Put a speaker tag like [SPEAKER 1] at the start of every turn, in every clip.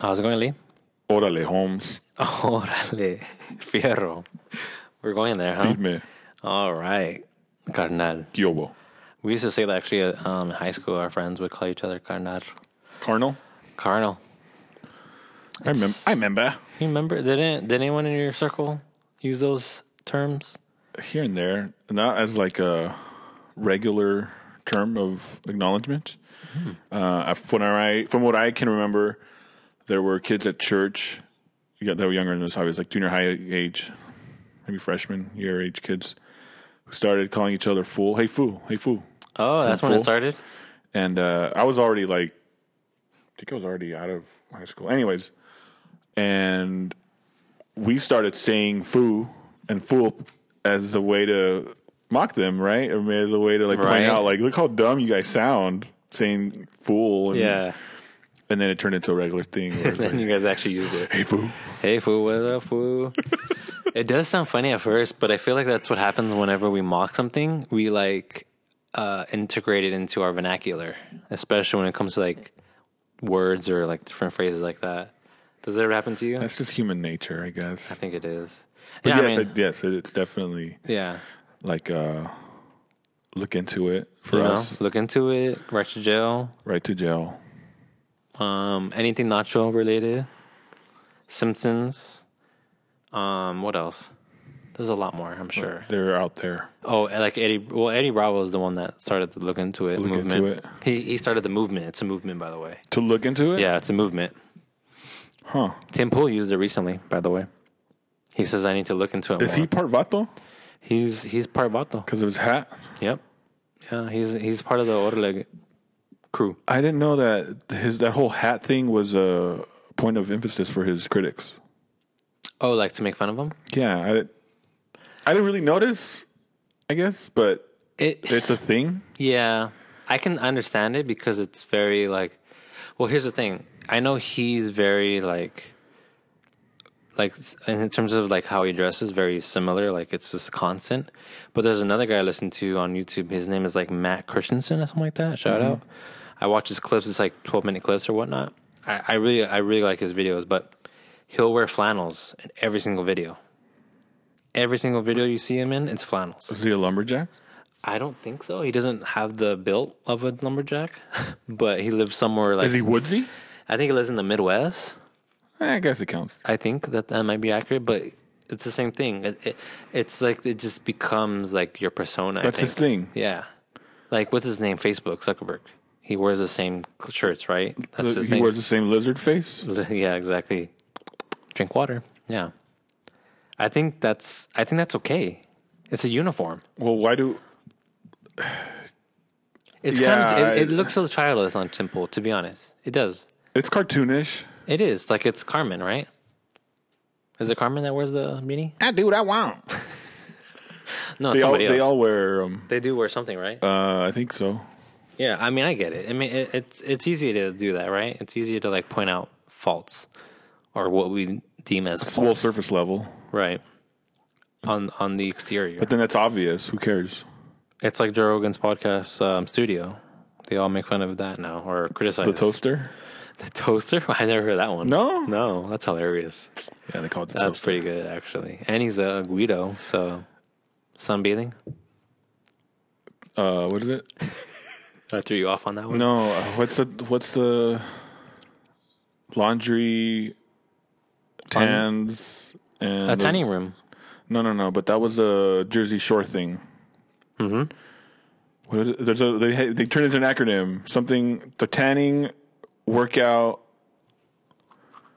[SPEAKER 1] How's it going, Lee?
[SPEAKER 2] Orale, Holmes.
[SPEAKER 1] Órale, fierro. We're going there, huh?
[SPEAKER 2] Feed me.
[SPEAKER 1] All right, carnal.
[SPEAKER 2] Kyobo.
[SPEAKER 1] We used to say that actually at, um, in high school. Our friends would call each other carnal.
[SPEAKER 2] Carnal.
[SPEAKER 1] Carnal.
[SPEAKER 2] I, mem- I remember.
[SPEAKER 1] You remember? Didn't did anyone in your circle use those terms?
[SPEAKER 2] Here and there, not as like a regular term of acknowledgement. Uh, from, what I, from what I can remember, there were kids at church yeah, that were younger than us, obviously, like junior high age, maybe freshman year age kids, who started calling each other fool. Hey, fool. Hey, fool.
[SPEAKER 1] Oh, that's when it
[SPEAKER 2] Fool.
[SPEAKER 1] started.
[SPEAKER 2] and uh, I was already like, I think I was already out of high school. Anyways, and we started saying "foo" and "fool" as a way to mock them, right? I mean, as a way to like
[SPEAKER 1] Right.
[SPEAKER 2] point out, like, look how dumb you guys sound saying "fool." And,
[SPEAKER 1] Yeah.
[SPEAKER 2] and then it turned into a regular thing. Where it's like,
[SPEAKER 1] Then Mm. you guys actually used it.
[SPEAKER 2] hey, foo.
[SPEAKER 1] Hey, foo, what up, foo? it does sound funny at first, but I feel like that's what happens whenever we mock something. We like uh, integrate it into our vernacular, especially when it comes to like words or like different phrases like that. Does that ever happen to you?
[SPEAKER 2] That's just human nature, I
[SPEAKER 1] I
[SPEAKER 2] guess.
[SPEAKER 1] think it is.
[SPEAKER 2] But
[SPEAKER 1] Yeah, I
[SPEAKER 2] yes,
[SPEAKER 1] mean,
[SPEAKER 2] I- yes, it's definitely
[SPEAKER 1] yeah.
[SPEAKER 2] like uh, look into it for
[SPEAKER 1] You know,
[SPEAKER 2] us.
[SPEAKER 1] look into it. Right to jail.
[SPEAKER 2] Right to jail.
[SPEAKER 1] Um, anything nacho related? Simpsons. Um, what else? There's a lot more, I'm sure.
[SPEAKER 2] They're out there.
[SPEAKER 1] Oh, like Eddie. Well, Eddie Bravo is the one that started to look into it.
[SPEAKER 2] Look
[SPEAKER 1] movement.
[SPEAKER 2] into it.
[SPEAKER 1] He he started the movement. It's a movement, by the way.
[SPEAKER 2] To look into it?
[SPEAKER 1] Yeah, it's a movement.
[SPEAKER 2] Huh.
[SPEAKER 1] Tim Pool used it recently, by the way. He says I need to look into it.
[SPEAKER 2] Is
[SPEAKER 1] more.
[SPEAKER 2] he part Vato?
[SPEAKER 1] He's he's part Vato.
[SPEAKER 2] Because of his hat?
[SPEAKER 1] Yep. Yeah, he's he's part of the Orleg crew.
[SPEAKER 2] I didn't know that his that whole hat thing was a point of emphasis for his critics.
[SPEAKER 1] Oh, like to make fun of him.
[SPEAKER 2] Yeah, I, didn't- I didn't really notice, I guess, but
[SPEAKER 1] It
[SPEAKER 2] it's a thing.
[SPEAKER 1] yeah, I can understand it because it's very like. Well, here's the thing. I know he's very like. like s- in terms of like how he dresses, very similar. Like it's just constant. But there's another guy I listen to on YouTube. His name is like Matt Christensen or something like that. Shout out. I watch his clips. It's like 12 minute clips or whatnot. I, I really, I really like his videos. But he'll wear flannels in every single video. Every single video you see him in, it's flannels.
[SPEAKER 2] Is he a lumberjack?
[SPEAKER 1] I don't think so. He doesn't have the built of a lumberjack, but he lives somewhere like
[SPEAKER 2] Is he woodsy?
[SPEAKER 1] I think he lives in the Midwest.
[SPEAKER 2] Eh, I guess it counts.
[SPEAKER 1] I think that that might be accurate, but it's the same thing. It, it, it's like it just becomes like your persona.
[SPEAKER 2] That's
[SPEAKER 1] I
[SPEAKER 2] his
[SPEAKER 1] think.
[SPEAKER 2] thing.
[SPEAKER 1] Yeah, like what's his name? Facebook Zuckerberg. He wears the same shirts, right? That's his
[SPEAKER 2] he
[SPEAKER 1] name.
[SPEAKER 2] wears the same lizard face.
[SPEAKER 1] yeah, exactly. Drink water. Yeah, I think that's I think that's okay. It's a uniform.
[SPEAKER 2] Well, why do
[SPEAKER 1] It's
[SPEAKER 2] Yeah,
[SPEAKER 1] kind of it, it
[SPEAKER 2] I-
[SPEAKER 1] looks so childish on Simple. To be honest, it does.
[SPEAKER 2] it's cartoonish?
[SPEAKER 1] It is like it's Carmen, right? Is it Carmen that wears the beanie?
[SPEAKER 2] I do what I want.
[SPEAKER 1] No,
[SPEAKER 2] They all
[SPEAKER 1] somebody else.
[SPEAKER 2] they all wear. Um,
[SPEAKER 1] they do wear something, right?
[SPEAKER 2] uh, I think so.
[SPEAKER 1] Yeah, I mean, I get it. I mean, it, it's it's easy to do that, right? It's easier to like point out faults or what we deem as
[SPEAKER 2] It's all
[SPEAKER 1] faults,
[SPEAKER 2] surface level,
[SPEAKER 1] right? On on the exterior,
[SPEAKER 2] but then that's obvious. Who cares?
[SPEAKER 1] it's like Joe Rogan's podcast um, studio. They all make fun of that now or criticize
[SPEAKER 2] The toaster?
[SPEAKER 1] The toaster. I never heard that one.
[SPEAKER 2] No?
[SPEAKER 1] no, that's hilarious.
[SPEAKER 2] Yeah, they call it the
[SPEAKER 1] That's
[SPEAKER 2] toaster.
[SPEAKER 1] pretty good actually. And he's a Guido, so sunbathing.
[SPEAKER 2] Uh, what is it?
[SPEAKER 1] I threw you off on that one.
[SPEAKER 2] No, uh, what's the what's the laundry tans and
[SPEAKER 1] a
[SPEAKER 2] those-
[SPEAKER 1] tiny room.
[SPEAKER 2] No, no, no. But that was a Jersey Shore thing. Mm-hmm. What is it? There's a they ha- they turned it into an acronym. Something the tanning workout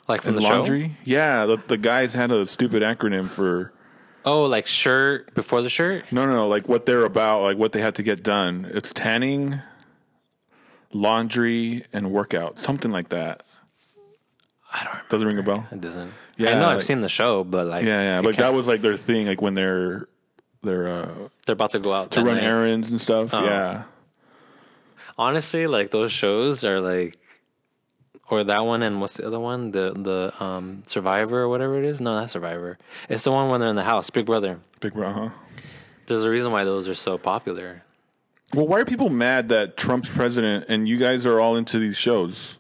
[SPEAKER 1] Like from
[SPEAKER 2] and
[SPEAKER 1] the
[SPEAKER 2] laundry. Yeah, the, the guys had a stupid acronym for
[SPEAKER 1] show. Oh, like shirt before the shirt.
[SPEAKER 2] no, no, no. Like what they're about, like what they had to get done. It's tanning, laundry, and workout. Something like that.
[SPEAKER 1] I don't. Remember.
[SPEAKER 2] Doesn't ring a bell.
[SPEAKER 1] It doesn't. I
[SPEAKER 2] Yeah,
[SPEAKER 1] know I've
[SPEAKER 2] like-
[SPEAKER 1] seen the show, but like,
[SPEAKER 2] Yeah, yeah.
[SPEAKER 1] it
[SPEAKER 2] Like
[SPEAKER 1] can't-
[SPEAKER 2] that was like their thing, like when they're they're uh
[SPEAKER 1] they're about to go out
[SPEAKER 2] to run errands and stuff.
[SPEAKER 1] Oh.
[SPEAKER 2] Yeah.
[SPEAKER 1] Honestly, like those shows are like, or that one and what's the other one? The the um Survivor or whatever it is. No, not Survivor. It's the one when they're in the house, Big Brother.
[SPEAKER 2] Big bro, uh-huh. huh?
[SPEAKER 1] There's a reason why those are so popular.
[SPEAKER 2] Well, why are people mad that Trump's president and you guys are all into these shows?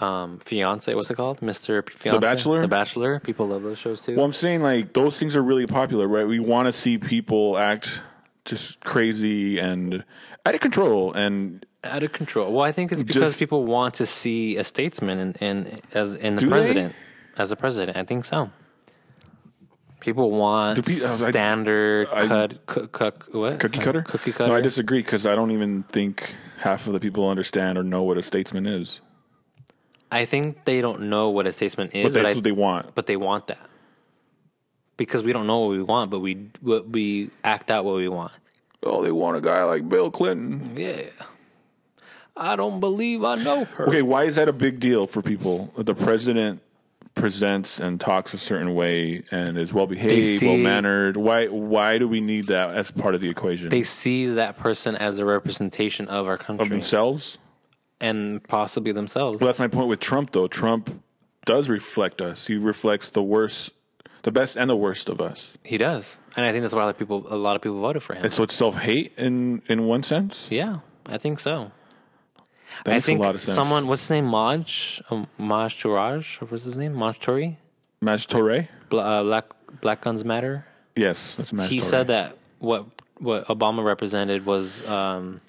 [SPEAKER 1] um, Fiance. What's it called, Mister Fiance?
[SPEAKER 2] Bachelor?
[SPEAKER 1] The Bachelor. People love those shows too.
[SPEAKER 2] Well, I'm saying like those things are really popular, right? We want to see people act just crazy and out of control, and
[SPEAKER 1] Out of control. Well, I think it's because
[SPEAKER 2] Just-
[SPEAKER 1] people want to see a statesman and in, in, as in the
[SPEAKER 2] Do they?
[SPEAKER 1] president, as a president. I think so. People want
[SPEAKER 2] pe- I was like-
[SPEAKER 1] standard
[SPEAKER 2] I-
[SPEAKER 1] cut, cook, cook, what?
[SPEAKER 2] cookie
[SPEAKER 1] Uh,
[SPEAKER 2] cutter.
[SPEAKER 1] cookie cutter.
[SPEAKER 2] No, I disagree because I don't even think half of the people understand or know what a statesman is.
[SPEAKER 1] I think they don't know what a statesman is,
[SPEAKER 2] But
[SPEAKER 1] but,
[SPEAKER 2] that's
[SPEAKER 1] I,
[SPEAKER 2] what they want.
[SPEAKER 1] but they want that because we don't know what we want, but we what we act out what we want.
[SPEAKER 2] Oh, they want a guy like Bill Clinton.
[SPEAKER 1] Yeah, I don't believe I know her.
[SPEAKER 2] Okay, why is that a big deal for people? that The president presents and talks a certain way and is well behaved,
[SPEAKER 1] see-
[SPEAKER 2] well mannered. Why? Why do we need that as part of the equation?
[SPEAKER 1] They see that person as a representation of our country
[SPEAKER 2] Themselves.
[SPEAKER 1] and possibly themselves.
[SPEAKER 2] Well, that's my point with Trump, though. Trump does reflect us. He reflects the worst, the best, and the worst of us.
[SPEAKER 1] He does, and I think that's why a lot of people a lot of people voted for him.
[SPEAKER 2] And so it's self hate in in one sense.
[SPEAKER 1] yeah, I think so.
[SPEAKER 2] That
[SPEAKER 1] I
[SPEAKER 2] makes
[SPEAKER 1] think
[SPEAKER 2] a lot of sense.
[SPEAKER 1] someone what's his name Maj um, Maj Touraj or what's his name Maj Touri
[SPEAKER 2] Match Torre.
[SPEAKER 1] Bla, uh, Black Black Guns Matter.
[SPEAKER 2] Yes, that's Match
[SPEAKER 1] he said that what what Obama represented was um,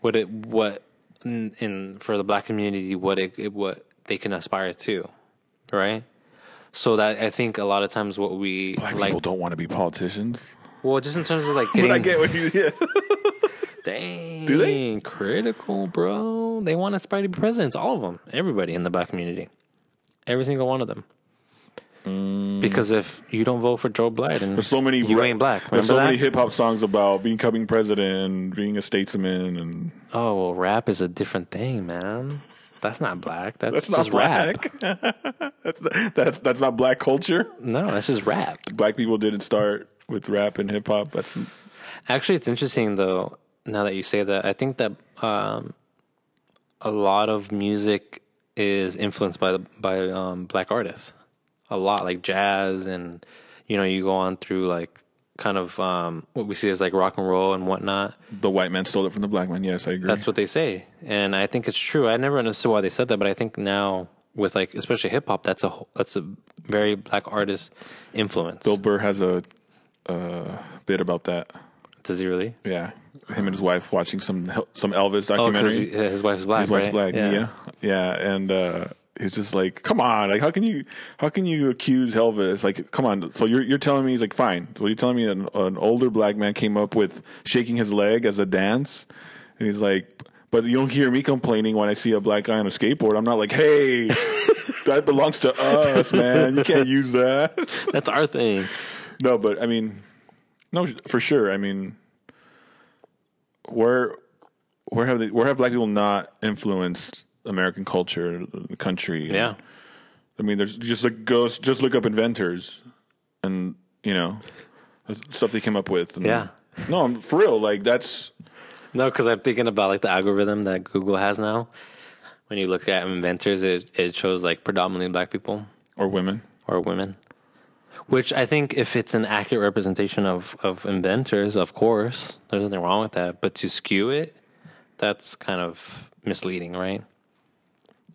[SPEAKER 1] what it what in, in for the black community what it, it what they can aspire to, right? So that I think a lot of times what we
[SPEAKER 2] Black
[SPEAKER 1] like,
[SPEAKER 2] people don't want to be politicians.
[SPEAKER 1] well, just in terms of like
[SPEAKER 2] But
[SPEAKER 1] getting
[SPEAKER 2] I get what you. Yeah.
[SPEAKER 1] dang,
[SPEAKER 2] they?
[SPEAKER 1] critical, bro. They want to aspire to be presidents, all of them, everybody in the black community, every single one of them. Because if you don't vote for Joe Biden,
[SPEAKER 2] Mm. There's so many.
[SPEAKER 1] You
[SPEAKER 2] rap-
[SPEAKER 1] ain't black.
[SPEAKER 2] There's
[SPEAKER 1] Remember
[SPEAKER 2] so
[SPEAKER 1] that?
[SPEAKER 2] many hip hop songs about becoming president and being a statesman, and
[SPEAKER 1] Oh well, rap is a different thing, man. That's not black. That's,
[SPEAKER 2] that's
[SPEAKER 1] just
[SPEAKER 2] not black.
[SPEAKER 1] rap.
[SPEAKER 2] that's that's not black culture.
[SPEAKER 1] No, that's just rap.
[SPEAKER 2] Black people didn't start with rap and hip hop. That's
[SPEAKER 1] Actually, it's interesting though. Now that you say that, I think that um, a lot of music is influenced by the by um, black artists. A lot, like jazz, and you know, you go on through like kind of um, what we see as like rock and roll and whatnot.
[SPEAKER 2] the white man stole it from the black man. Yes, I agree.
[SPEAKER 1] That's what they say, and I think it's true. I never understood why they said that, but I think now with like especially hip hop, that's a whole- that's a very black artist influence.
[SPEAKER 2] Bill Burr has a uh, bit about that.
[SPEAKER 1] Does he really?
[SPEAKER 2] Yeah, him and his wife watching some Hel- some Elvis
[SPEAKER 1] Oh, because
[SPEAKER 2] documentary.
[SPEAKER 1] his wife's black.
[SPEAKER 2] his wife's
[SPEAKER 1] right?
[SPEAKER 2] black, yeah. yeah, and uh, he's just like, "Come on, like how can you how can you accuse Elvis? Like, come on." So you're you're telling me he's like, "Fine." So you're telling me an, an older black man came up with shaking his leg as a dance, and he's like. But you don't hear me complaining when I see a black guy on a skateboard. I'm not like, hey, that belongs to us, man. You can't use that.
[SPEAKER 1] That's our thing.
[SPEAKER 2] No, but I mean, no, for sure. I mean, where where have they, where have black people not influenced American culture, the country?
[SPEAKER 1] Yeah.
[SPEAKER 2] I mean, there's just like go just look up inventors, and you know, stuff they came up with. And,
[SPEAKER 1] Yeah.
[SPEAKER 2] no, I'm for real. Like that's
[SPEAKER 1] No, because I'm thinking about like the algorithm that Google has now. When you look at inventors, it it shows like predominantly black people
[SPEAKER 2] or women.
[SPEAKER 1] or women. Which I think, if it's an accurate representation of, of inventors, of course, there's nothing wrong with that. But to skew it, that's kind of misleading, right?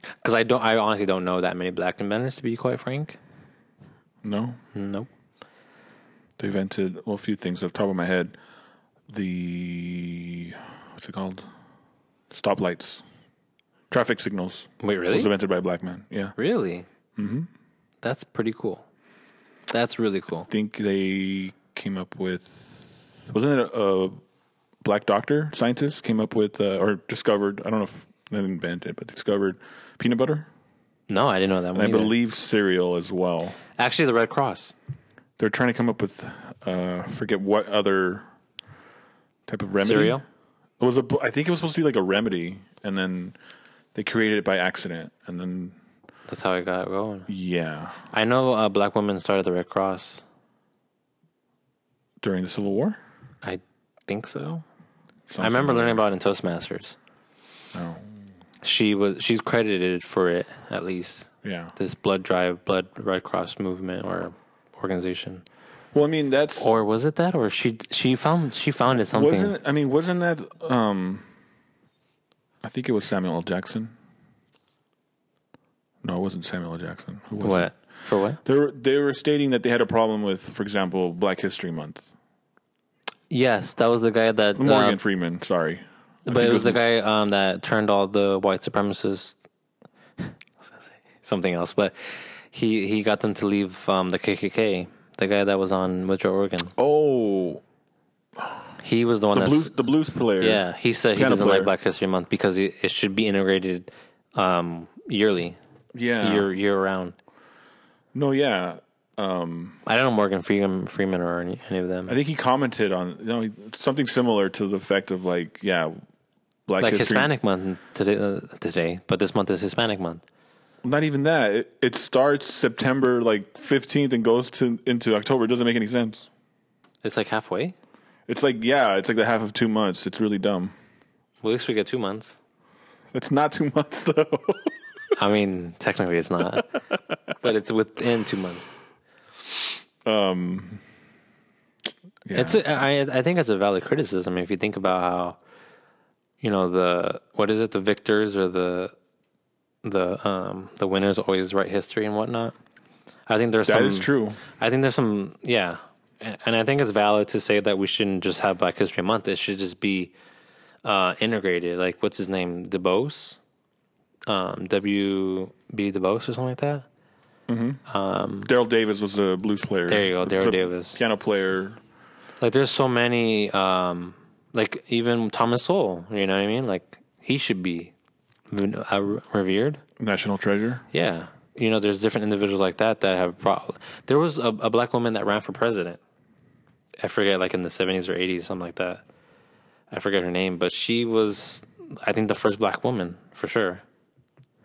[SPEAKER 1] Because I don't, I honestly don't know that many black inventors, to be quite frank.
[SPEAKER 2] No,
[SPEAKER 1] Nope.
[SPEAKER 2] they invented well a few things off the top of my head. The what's it called? Stoplights, traffic signals.
[SPEAKER 1] Wait, really?
[SPEAKER 2] Was invented by a black man. Yeah.
[SPEAKER 1] Really? Mm-hmm. That's pretty cool. That's really cool.
[SPEAKER 2] think they came up with wasn't it a, a black doctor scientist came up with uh, or discovered i don't know if they didn't invent it but discovered peanut butter
[SPEAKER 1] No, I didn't know that one.
[SPEAKER 2] i
[SPEAKER 1] either.
[SPEAKER 2] believe cereal as well
[SPEAKER 1] Actually, the Red Cross.
[SPEAKER 2] they're trying to come up with uh forget what other type of remedy
[SPEAKER 1] Cereal?
[SPEAKER 2] it was a bu- i think it was supposed to be like a remedy and then they created it by accident and then
[SPEAKER 1] That's how I got going.
[SPEAKER 2] yeah
[SPEAKER 1] I know a black woman started the Red Cross.
[SPEAKER 2] during the civil war
[SPEAKER 1] I think so.
[SPEAKER 2] Sounds
[SPEAKER 1] I remember learning about it in Toastmasters.
[SPEAKER 2] Oh.
[SPEAKER 1] She was she's credited for it at least.
[SPEAKER 2] yeah
[SPEAKER 1] This blood drive, blood Red Cross movement or organization.
[SPEAKER 2] well i mean that's
[SPEAKER 1] Or was it that or she she found she founded something.
[SPEAKER 2] Wasn't I mean? Wasn't that? Um, I think it was Samuel L. Jackson. No, it wasn't Samuel L. Jackson. Who was
[SPEAKER 1] What
[SPEAKER 2] it?
[SPEAKER 1] for what?
[SPEAKER 2] They were they were stating that they had a problem with, for example, Black History Month.
[SPEAKER 1] Yes, that was the guy that.
[SPEAKER 2] Morgan
[SPEAKER 1] um,
[SPEAKER 2] Freeman, sorry. I
[SPEAKER 1] but
[SPEAKER 2] think
[SPEAKER 1] it was the guy um, that turned all the white supremacists. I was gonna say Something else, but he he got them to leave um, the KKK. The guy that was on with Joe Rogan,
[SPEAKER 2] Oh,
[SPEAKER 1] he was the one
[SPEAKER 2] the
[SPEAKER 1] that
[SPEAKER 2] blues the blues player.
[SPEAKER 1] Yeah, he said he
[SPEAKER 2] Piano
[SPEAKER 1] doesn't
[SPEAKER 2] player.
[SPEAKER 1] like Black History Month because it, it should be integrated um, yearly,
[SPEAKER 2] yeah.
[SPEAKER 1] year year round.
[SPEAKER 2] no, yeah.
[SPEAKER 1] I don't know Morgan Freeman, Freeman or any, any of them.
[SPEAKER 2] I think he commented on you know, something similar to the effect of like, yeah, Black
[SPEAKER 1] like
[SPEAKER 2] History.
[SPEAKER 1] Hispanic Month today, uh, today, but this month is Hispanic Month.
[SPEAKER 2] Not even that. It, it starts September like fifteenth and goes to into October. It doesn't make any sense.
[SPEAKER 1] It's like halfway.
[SPEAKER 2] It's like yeah, it's like the half of two months. It's really dumb.
[SPEAKER 1] Well, at least we get two months.
[SPEAKER 2] That's not two months though.
[SPEAKER 1] I mean, technically it's not, but it's within two months.
[SPEAKER 2] Um, Yeah.
[SPEAKER 1] It's a, I I think it's a valid criticism if you think about how, you know the what is it the victors or the the um the winners always write history and whatnot. I think there's
[SPEAKER 2] That
[SPEAKER 1] some
[SPEAKER 2] is true.
[SPEAKER 1] I think there's some yeah, A- and I think it's valid to say that we shouldn't just have Black History Month. It should just be uh, integrated. Like what's his name, DeBose, um, W B DeBose or something like that.
[SPEAKER 2] Daryl Davis was the blues player.
[SPEAKER 1] There you go,
[SPEAKER 2] The-
[SPEAKER 1] Daryl
[SPEAKER 2] the
[SPEAKER 1] Davis.
[SPEAKER 2] piano player.
[SPEAKER 1] Like there's so many, um, like even Thomas Sowell. You know what I mean? Like he should be uh, revered.
[SPEAKER 2] National treasure.
[SPEAKER 1] Yeah. You know, there's different individuals like that that have brought. There was a, a black woman that ran for president. I forget, like in the 70s or 80s, something like that. I forget her name, but she was, I think, the first black woman for sure,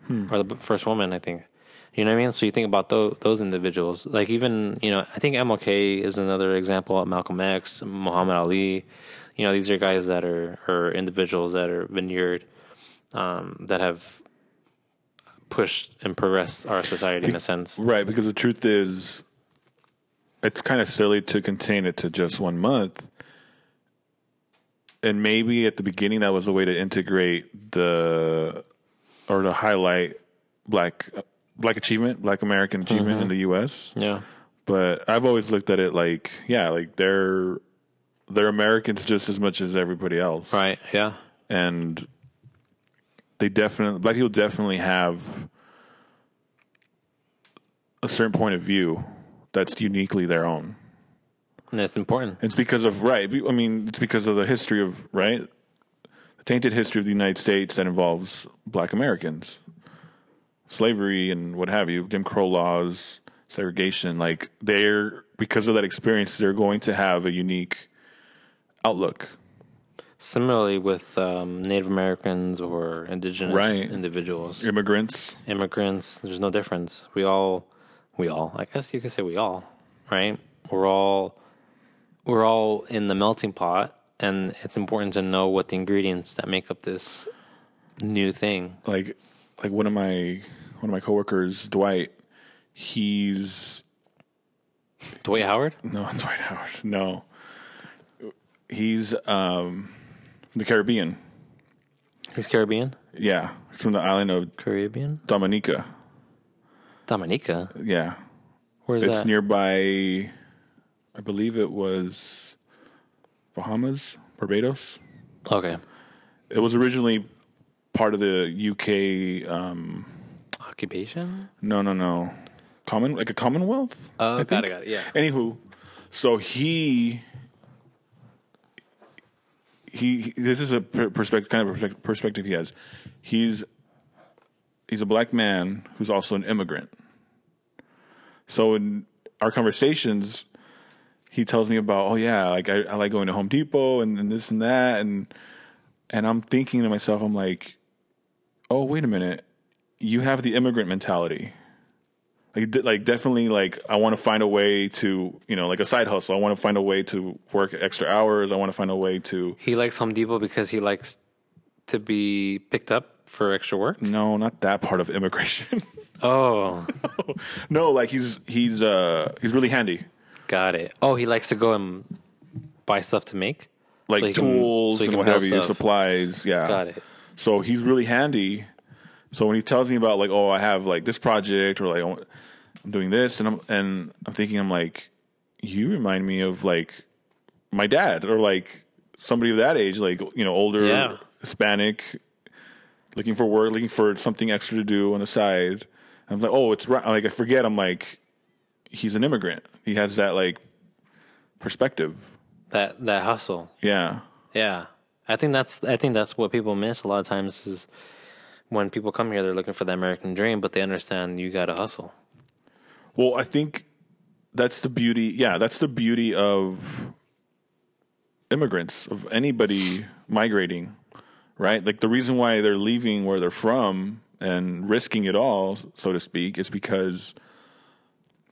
[SPEAKER 1] or the b- first woman, I think. You know what I mean? So you think about those those individuals, like even you know, I think MLK is another example. Malcolm X, Muhammad Ali, you know, these are guys that are are individuals that are veneered, um, that have pushed and progressed our society in a sense.
[SPEAKER 2] Right, because the truth is, it's kind of silly to contain it to just one month. And maybe at the beginning, that was a way to integrate the or to highlight black black achievement, black American achievement
[SPEAKER 1] Mm-hmm.
[SPEAKER 2] in the U.S.
[SPEAKER 1] Yeah,
[SPEAKER 2] But I've always looked at it like, yeah, like they're they're Americans just as much as everybody else,
[SPEAKER 1] right. Yeah,
[SPEAKER 2] and they definitely black people definitely have a certain point of view that's uniquely their own.
[SPEAKER 1] and it's important.
[SPEAKER 2] It's because of right. I mean, it's because of the history of right, the tainted history of the United States that involves Black Americans, slavery and what have you, Jim Crow laws, segregation. Like they're because of that experience, they're going to have a unique outlook.
[SPEAKER 1] Similarly, with um, Native Americans or indigenous
[SPEAKER 2] Right.
[SPEAKER 1] individuals,
[SPEAKER 2] Immigrants,
[SPEAKER 1] immigrants, there's no difference. We all, we all, I guess you could say we all, right? We're all, we're all in the melting pot, and it's important to know what the ingredients that make up this new thing.
[SPEAKER 2] like like one of my one of my coworkers, Dwight, he's
[SPEAKER 1] Dwight Howard,
[SPEAKER 2] no Dwight Howard. No. He's um from the Caribbean.
[SPEAKER 1] he's Caribbean,
[SPEAKER 2] Yeah. He's from the island of
[SPEAKER 1] Caribbean,
[SPEAKER 2] Dominica.
[SPEAKER 1] Dominica.
[SPEAKER 2] Yeah.
[SPEAKER 1] Where's
[SPEAKER 2] It's
[SPEAKER 1] that?
[SPEAKER 2] nearby I believe it was Bahamas, Barbados.
[SPEAKER 1] okay,
[SPEAKER 2] It was originally part of the UK um
[SPEAKER 1] occupation.
[SPEAKER 2] no no no. Common like a Commonwealth?
[SPEAKER 1] Oh,
[SPEAKER 2] I
[SPEAKER 1] got
[SPEAKER 2] think.
[SPEAKER 1] it, got it. Yeah,
[SPEAKER 2] Anywho, so he he, he- this is a per- perspective kind of perspec- perspective he has. He's he's a black man who's also an immigrant. So in our conversations, he tells me about, oh yeah, like I, I like going to Home Depot and, and this and that, and and I'm thinking to myself, I'm like, oh wait a minute, you have the immigrant mentality like de- like definitely like I want to find a way to you know like a side hustle. I want to find a way to work extra hours. I want to find a way to
[SPEAKER 1] he likes Home Depot because he likes to be picked up for extra work.
[SPEAKER 2] no, not that part of immigration.
[SPEAKER 1] Oh,
[SPEAKER 2] no, like he's he's uh he's really handy.
[SPEAKER 1] got it. Oh, he likes to go and buy stuff to make,
[SPEAKER 2] Like
[SPEAKER 1] he can-
[SPEAKER 2] tools
[SPEAKER 1] so he
[SPEAKER 2] and
[SPEAKER 1] can
[SPEAKER 2] what
[SPEAKER 1] build
[SPEAKER 2] have you,
[SPEAKER 1] stuff.
[SPEAKER 2] supplies. Yeah,
[SPEAKER 1] Got it.
[SPEAKER 2] So he's really handy, So when he tells me about like, oh, I have like this project or like oh, I'm doing this, and I'm and I'm thinking I'm like, you remind me of like my dad or like somebody of that age, like you know older
[SPEAKER 1] Yeah.
[SPEAKER 2] Hispanic, looking for work, looking for something extra to do on the side. I'm like, oh, it's right. Like I forget. I'm like, he's an immigrant. He has that like perspective.
[SPEAKER 1] That that hustle.
[SPEAKER 2] Yeah.
[SPEAKER 1] Yeah, I think that's I think that's what people miss a lot of times is when people come here, they're looking for the American dream, but they understand you got to hustle.
[SPEAKER 2] Well, I think that's the beauty. Yeah, that's the beauty of immigrants, of anybody migrating, right? Like the reason why they're leaving where they're from and risking it all, so to speak, is because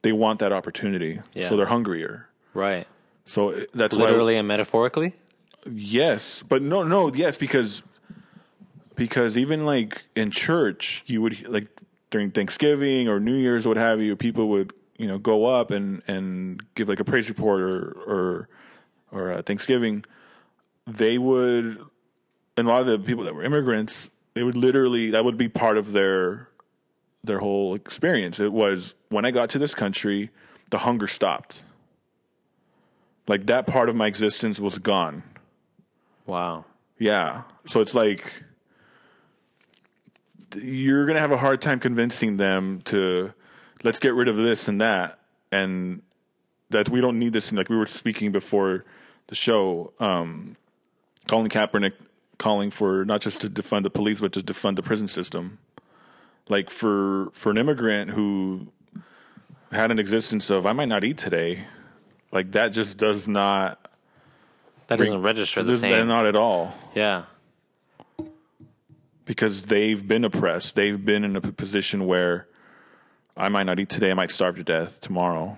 [SPEAKER 2] they want that opportunity.
[SPEAKER 1] Yeah.
[SPEAKER 2] So they're hungrier.
[SPEAKER 1] Right.
[SPEAKER 2] So it- that's
[SPEAKER 1] Literally and metaphorically.
[SPEAKER 2] why yes, but no no, yes because because even like in church, you would like during Thanksgiving or New Year's, what have you, people would you know go up and and give like a praise report or or or uh, Thanksgiving. They would, and a lot of the people that were immigrants, they would literally that would be part of their their whole experience. It was when I got to this country, the hunger stopped. Like that part of my existence was gone.
[SPEAKER 1] Wow.
[SPEAKER 2] Yeah. So it's like th- you're going to have a hard time convincing them to let's get rid of this and that and that we don't need this and like we were speaking before the show um Colin Kaepernick calling for not just to defund the police but to defund the prison system. Like for for an immigrant who had an existence of I might not eat today, like that just does not
[SPEAKER 1] That doesn't register the
[SPEAKER 2] does
[SPEAKER 1] same.
[SPEAKER 2] not at all
[SPEAKER 1] yeah.
[SPEAKER 2] because they've been oppressed. They've been in a p- position where I might not eat today. I might starve to death tomorrow.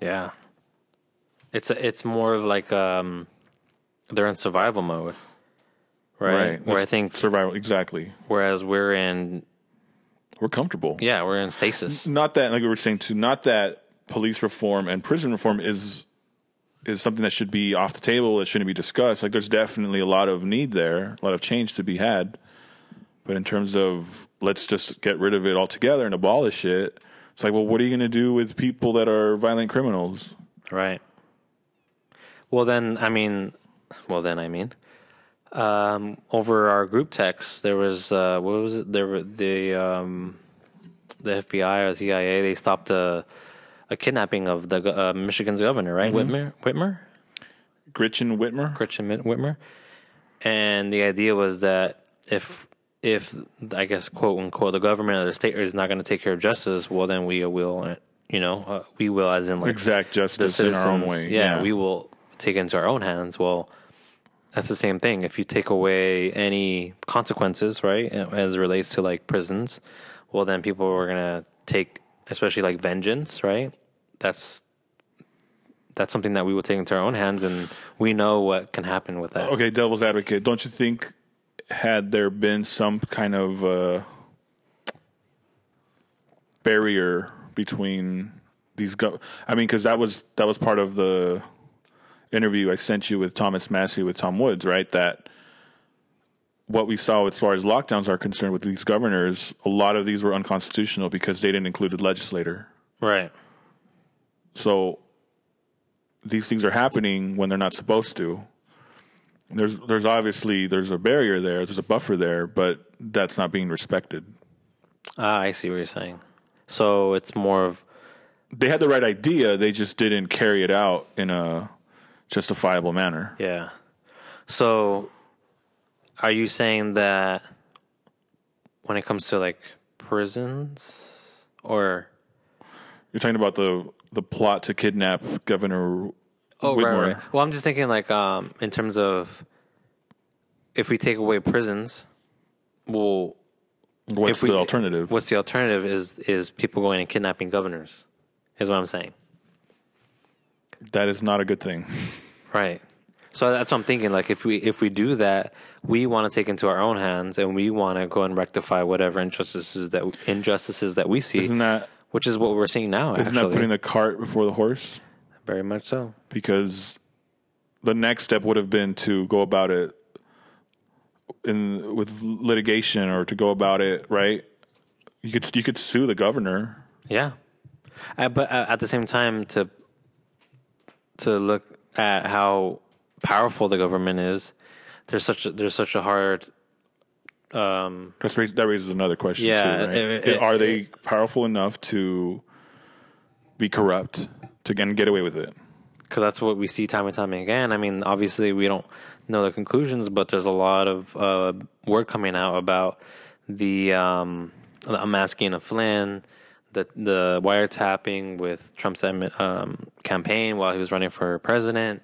[SPEAKER 1] Yeah. It's a, it's more of like um they're in survival mode. Right. Where I
[SPEAKER 2] That's
[SPEAKER 1] think
[SPEAKER 2] survival exactly.
[SPEAKER 1] whereas we're in
[SPEAKER 2] We're comfortable.
[SPEAKER 1] yeah, we're in stasis.
[SPEAKER 2] Not that like we were saying too. Not that police reform and prison reform is is something that should be off the table. That shouldn't be discussed. Like there's definitely a lot of need there, a lot of change to be had. But in terms of let's just get rid of it altogether and abolish it, it's like, well, what are you going to do with people that are violent criminals?
[SPEAKER 1] Right. Well then, I mean, well then I mean, um over our group text there was uh what was it there were the um the FBI or CIA they stopped a a kidnapping of the go- uh, Michigan's governor, right? Whitmer Whitmer?
[SPEAKER 2] Gretchen Whitmer.
[SPEAKER 1] Gretchen Whit- Whitmer, and the idea was that if if I guess quote unquote the government or the state is not going to take care of justice, well then we will, uh, you know, uh, we will as in like
[SPEAKER 2] exact
[SPEAKER 1] the
[SPEAKER 2] justice in
[SPEAKER 1] citizens,
[SPEAKER 2] our own way.
[SPEAKER 1] yeah, we will take it into our own hands. Well, that's the same thing. If you take away any consequences, right, as it relates to like prisons, well then people are gonna take, especially like vengeance, right? That's that's something that we will take into our own hands, and we know what can happen with that.
[SPEAKER 2] okay, devil's advocate. Don't you think had there been some kind of uh, barrier between these go- I mean cuz that was that was part of the interview I sent you with Thomas Massey with Tom Woods, right? That what we saw as far as lockdowns are concerned with these governors, a lot of these were unconstitutional because they didn't include the legislator.
[SPEAKER 1] Right.
[SPEAKER 2] So these things are happening when they're not supposed to. There's there's obviously there's a barrier there, there's a buffer there, but that's not being respected.
[SPEAKER 1] Ah, I see what you're saying. So it's more of
[SPEAKER 2] They had the right idea, they just didn't carry it out in a justifiable manner.
[SPEAKER 1] Yeah. So are you saying that when it comes to like prisons or
[SPEAKER 2] You're talking about the the plot to kidnap Governor
[SPEAKER 1] Oh right,
[SPEAKER 2] Whitmore.
[SPEAKER 1] right. Well, I'm just thinking like um in terms of if we take away prisons, well
[SPEAKER 2] What's
[SPEAKER 1] If we-
[SPEAKER 2] the alternative?
[SPEAKER 1] what's the alternative is is people going and kidnapping governors. Is what I'm saying.
[SPEAKER 2] that is not a good thing.
[SPEAKER 1] Right. So that's what I'm thinking. Like if we if we do that, we want to take into our own hands and we want to go and rectify whatever injustices that injustices that we see,
[SPEAKER 2] Isn't that
[SPEAKER 1] which is what we're seeing now.
[SPEAKER 2] isn't
[SPEAKER 1] actually,
[SPEAKER 2] that putting the cart before the horse?
[SPEAKER 1] very much so.
[SPEAKER 2] because the next step would have been to go about it in with litigation or to go about it, right? You could you could sue the governor.
[SPEAKER 1] Yeah, I, but uh, at the same time, to to look at how powerful the government is, there's such a, there's such a hard. Um,
[SPEAKER 2] That's rais- that raises another question
[SPEAKER 1] Yeah,
[SPEAKER 2] too, right?
[SPEAKER 1] it- it-
[SPEAKER 2] Are they powerful enough to be corrupt to again get away with it?
[SPEAKER 1] because that's what we see time and time again. I mean, obviously we don't know the conclusions, but there's a lot of uh, word coming out about the um, the unmasking of Flynn, the the wiretapping with Trump's admi- um, campaign while he was running for president,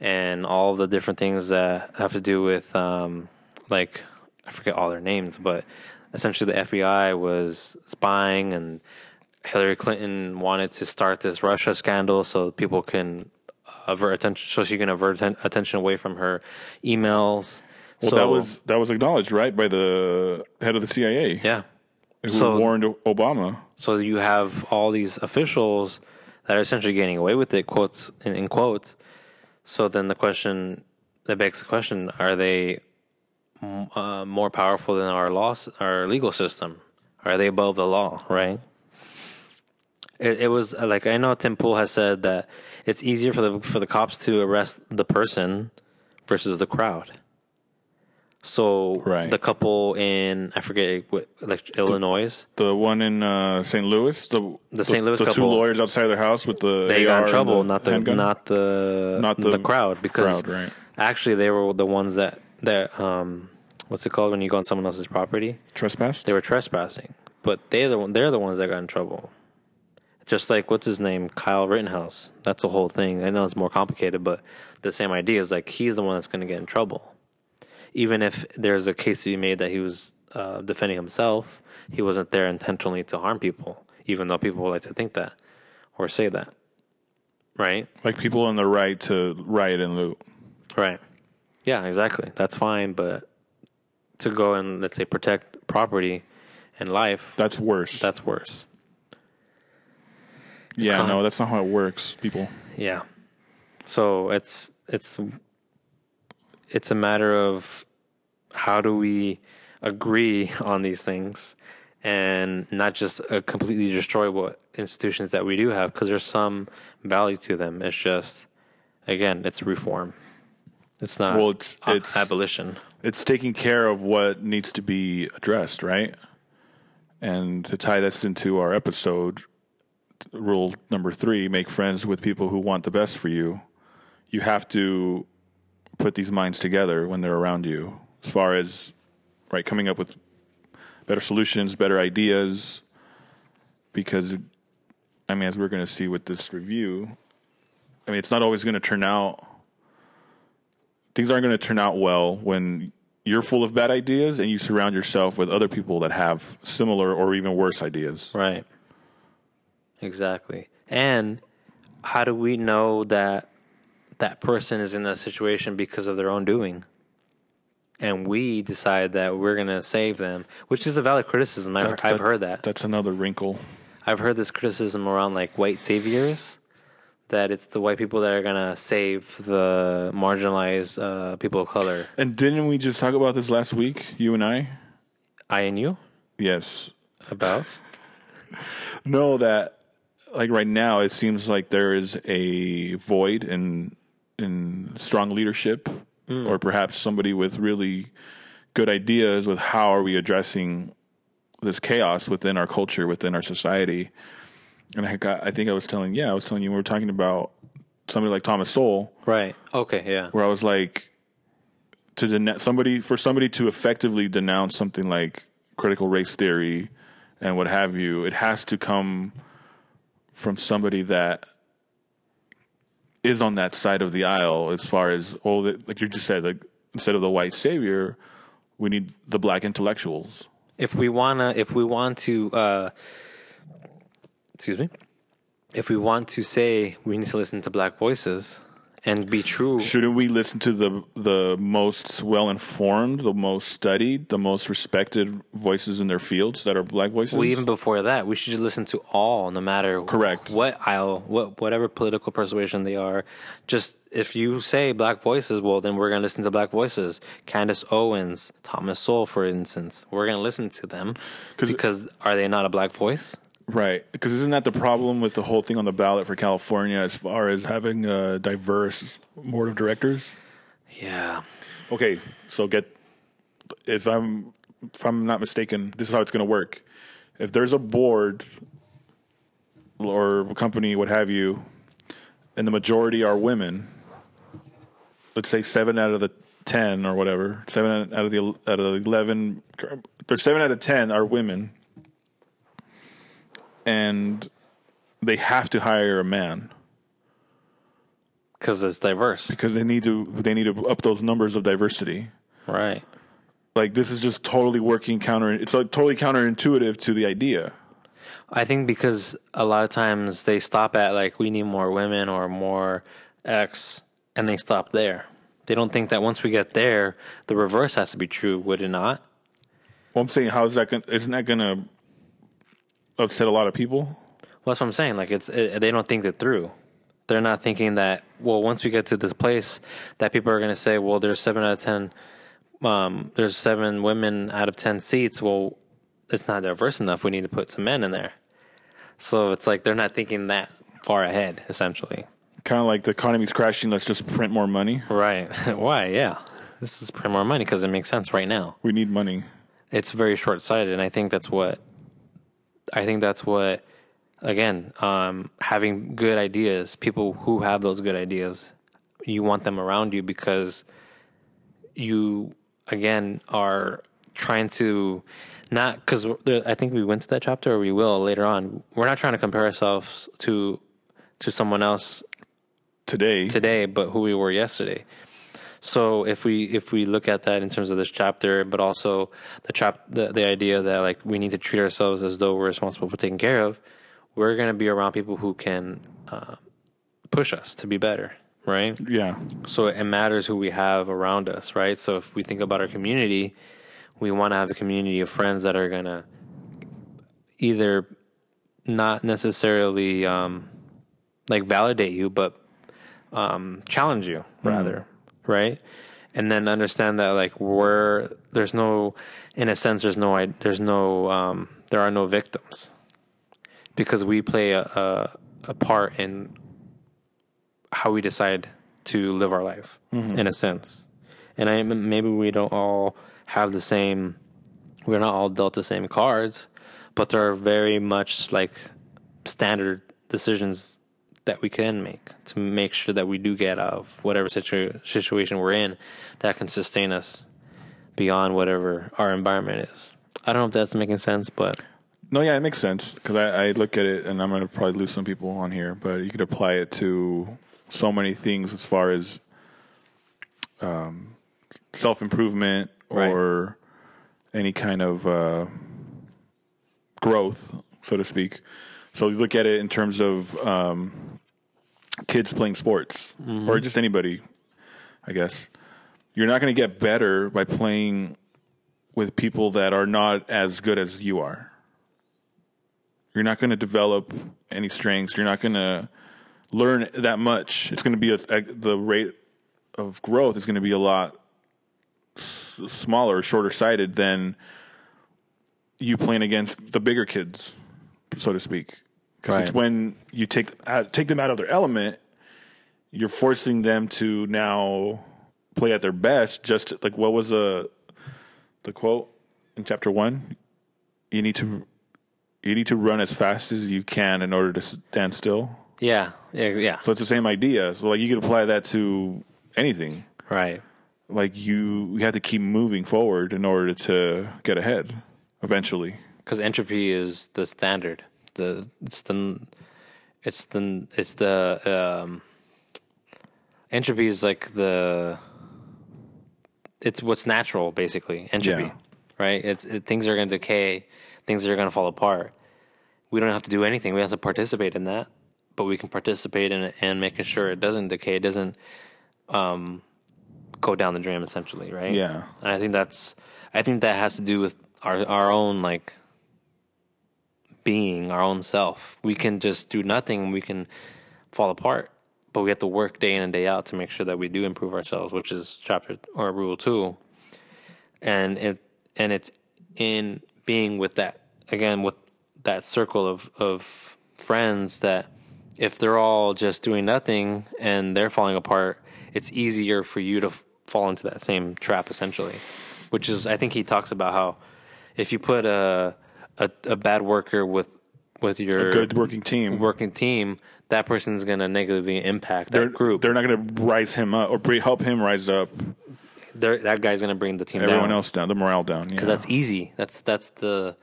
[SPEAKER 1] and all the different things that have to do with um, like I forget all their names, but essentially the FBI was spying and Hillary Clinton wanted to start this Russia scandal so people can avert attention, so she can avert atten- attention away from her emails.
[SPEAKER 2] Well,
[SPEAKER 1] so,
[SPEAKER 2] that was that was acknowledged, right, by the head of the CIA
[SPEAKER 1] yeah.
[SPEAKER 2] who
[SPEAKER 1] so-
[SPEAKER 2] warned O- Obama.
[SPEAKER 1] So you have all these officials that are essentially getting away with it, quotes in, in quotes. So then the question that begs the question: Are they mm, uh, more powerful than our law, s- our legal system? Are they above the law? Right. It, it was uh, like I know Tim Pool has said that it's easier for the for the cops to arrest the person versus the crowd. So
[SPEAKER 2] Right.
[SPEAKER 1] the couple in I forget what like Illinois,
[SPEAKER 2] The one in uh, St. Louis, the the,
[SPEAKER 1] St. Louis
[SPEAKER 2] the two
[SPEAKER 1] couple.
[SPEAKER 2] lawyers outside their house with the
[SPEAKER 1] they got
[SPEAKER 2] AR
[SPEAKER 1] in
[SPEAKER 2] and
[SPEAKER 1] trouble,
[SPEAKER 2] the
[SPEAKER 1] not the
[SPEAKER 2] handgun.
[SPEAKER 1] not the
[SPEAKER 2] Not
[SPEAKER 1] not
[SPEAKER 2] the
[SPEAKER 1] the, crowd because
[SPEAKER 2] crowd, right.
[SPEAKER 1] actually they were the ones that that um what's it called when you go on someone else's property
[SPEAKER 2] trespassed.
[SPEAKER 1] they were trespassing, but they the one they're the ones that got in trouble. Just like what's his name, Kyle Rittenhouse. That's the whole thing. I know it's more complicated, but the same idea is like he's the one that's going to get in trouble, even if there's a case to be made that he was uh, defending himself. He wasn't there intentionally to harm people, even though people like to think that or say that, right?
[SPEAKER 2] like people on the right to riot and loot.
[SPEAKER 1] Right. Yeah, exactly. That's fine, but to go and let's say protect property and life,
[SPEAKER 2] That's worse.
[SPEAKER 1] that's worse.
[SPEAKER 2] yeah,
[SPEAKER 1] kind of-
[SPEAKER 2] no, that's not how it works, people.
[SPEAKER 1] Yeah. So it's it's it's a matter of how do we agree on these things and not just uh, completely destroy what institutions that we do have because there's some value to them. It's just again, it's reform. It's not
[SPEAKER 2] Well, it's-
[SPEAKER 1] a-
[SPEAKER 2] it's-
[SPEAKER 1] abolition.
[SPEAKER 2] It's taking care of what needs to be addressed, right? And to tie this into our episode, t- rule number three: make friends with people who want the best for you. You have to put these minds together when they're around you, as far as right coming up with better solutions, better ideas, because I mean, as we're going to see with this review, I mean, it's not always going to turn out. Things aren't going to turn out well when you're full of bad ideas and you surround yourself with other people that have similar or even worse ideas.
[SPEAKER 1] Right. Exactly. And how do we know that that person is in that situation because of their own doing? And we decide that we're going to save them, which is a valid criticism. I've,
[SPEAKER 2] That-
[SPEAKER 1] I've
[SPEAKER 2] that-
[SPEAKER 1] heard that.
[SPEAKER 2] That's another wrinkle.
[SPEAKER 1] I've heard this criticism around like white saviors that it's the white people that are going to save the marginalized uh, people of color.
[SPEAKER 2] And didn't we just talk about this last week, you and I?
[SPEAKER 1] I and you
[SPEAKER 2] Yes.
[SPEAKER 1] about?
[SPEAKER 2] Know that like right now it seems like there is a void in in strong leadership or perhaps somebody with really good ideas with how are we addressing this chaos within our culture within our society and I, got, I think I was telling yeah I was telling you we were talking about somebody like Thomas Sowell
[SPEAKER 1] right. Okay. Yeah.
[SPEAKER 2] where I was like, to den- somebody for somebody to effectively denounce something like critical race theory and what have you, it has to come from somebody that is on that side of the aisle. As far as oh, the, like you just said, like instead of the white savior, we need the black intellectuals.
[SPEAKER 1] if we wanna if we want to uh excuse me if we want to say we need to listen to black voices and be true.
[SPEAKER 2] Shouldn't we listen to the the most well informed, the most studied, the most respected voices in their fields that are black voices?
[SPEAKER 1] Well, even before that, we should just listen to all, no matter
[SPEAKER 2] Correct.
[SPEAKER 1] what aisle, what whatever political persuasion they are. Just if you say black voices, well, then we're gonna listen to black voices. Candace Owens, Thomas Sowell, for instance, we're gonna listen to them
[SPEAKER 2] 'Cause-
[SPEAKER 1] because are they not a black voice?
[SPEAKER 2] Right, because isn't that the problem with the whole thing on the ballot for California as far as having a diverse board of directors?
[SPEAKER 1] Yeah,
[SPEAKER 2] Okay, so get if I'm if I'm not mistaken, this is how it's going to work. If there's a board or company, what have you, and the majority are women, let's say seven out of the ten or whatever, seven out of the out of the eleven, there's seven out of ten are women, and they have to hire a man
[SPEAKER 1] because it's diverse,
[SPEAKER 2] because they need to they need to up those numbers of diversity.
[SPEAKER 1] right?
[SPEAKER 2] like this is just totally working counter it's like totally counterintuitive to the idea
[SPEAKER 1] I think because a lot of times they stop at like we need more women or more X, and they stop there. They don't think that once we get there, the reverse has to be true, would it not?
[SPEAKER 2] well i'm saying how is that gonna isn't that gonna upset a lot of people
[SPEAKER 1] Well, that's what I'm saying. Like it's it, they don't think it through. They're not thinking that well, once we get to this place, that people are going to say, well, there's seven out of ten, um, there's seven women out of ten seats. Well, it's not diverse enough. We need to put some men in there. So it's like they're not thinking that far ahead, essentially.
[SPEAKER 2] kind of like the economy's crashing let's just print more money
[SPEAKER 1] Right. Why? Yeah. This is print more money because it makes sense right now.
[SPEAKER 2] we need money
[SPEAKER 1] It's very short sighted, and I think that's what. I think that's what, again, um, having good ideas, people who have those good ideas, you want them around you because you, again, are trying to not, because I think we went to that chapter or we will later on. We're not trying to compare ourselves to to someone else
[SPEAKER 2] today
[SPEAKER 1] today but who we were yesterday so if we if we look at that in terms of this chapter but also the chap the, the idea that like we need to treat ourselves as though we're responsible for taking care of we're going to be around people who can uh, push us to be better right
[SPEAKER 2] yeah
[SPEAKER 1] so it matters who we have around us right so if we think about our community we want to have a community of friends that are going to either not necessarily um, like validate you but um, challenge you rather right and then understand that like we're there's no in a sense there's no I- there's no um, there are no victims because we play a, a, a part in how we decide to live our life in a sense and I, maybe we don't all have the same we're not all dealt the same cards but there are very much like standard decisions that we can make to make sure that we do get out of whatever situ- situation we're in that can sustain us beyond whatever our environment is i don't know if that's making sense but
[SPEAKER 2] no yeah it makes sense because I, I look at it and i'm gonna probably lose some people on here but you could apply it to so many things as far as um, self-improvement
[SPEAKER 1] Right.
[SPEAKER 2] or any kind of uh, growth, so to speak. So you look at it in terms of um, kids playing sports or just anybody, I guess. You're not going to get better by playing with people that are not as good as you are. You're not going to develop any strengths. You're not going to learn that much. It's going to be a, a- the rate of growth is going to be a lot s- smaller, shorter sighted than you playing against the bigger kids, so to speak. Because it's
[SPEAKER 1] Right.
[SPEAKER 2] when you take uh, take them out of their element, you're forcing them to now play at their best. Just like what was the the quote in chapter one? You need to you need to run as fast as you can in order to stand still.
[SPEAKER 1] yeah yeah, yeah.
[SPEAKER 2] So it's the same idea. So like you could apply that to anything.
[SPEAKER 1] right
[SPEAKER 2] Like you, you have to keep moving forward in order to get ahead. Eventually,
[SPEAKER 1] because entropy is the standard. The it's the it's the it's the um, entropy is like the it's what's natural basically entropy,
[SPEAKER 2] Yeah.
[SPEAKER 1] right? It's it, things are going to decay, things are going to fall apart. We don't have to do anything. We have to participate in that, but we can participate in it and making sure it doesn't decay, it doesn't um, go down the drain, essentially, right?
[SPEAKER 2] Yeah.
[SPEAKER 1] And I think that's, I think that has to do with our our own like being, our own self. We can just do nothing. We can fall apart, but we have to work day in and day out to make sure that we do improve ourselves, which is chapter or rule two. And it and it's in being with that again with that circle of of friends that if they're all just doing nothing and they're falling apart, it's easier for you to f- fall into that same trap essentially. Which is I think he talks about how if you put a a, a bad worker with with your
[SPEAKER 2] Good working team.
[SPEAKER 1] working team, that person's going to negatively impact that
[SPEAKER 2] they're,
[SPEAKER 1] group.
[SPEAKER 2] They're not going to rise him up or bring, help him rise up.
[SPEAKER 1] They're- that guy's going to bring the team
[SPEAKER 2] Everyone
[SPEAKER 1] down.
[SPEAKER 2] else down, the morale down. Yeah.
[SPEAKER 1] That's easy. That's that's the.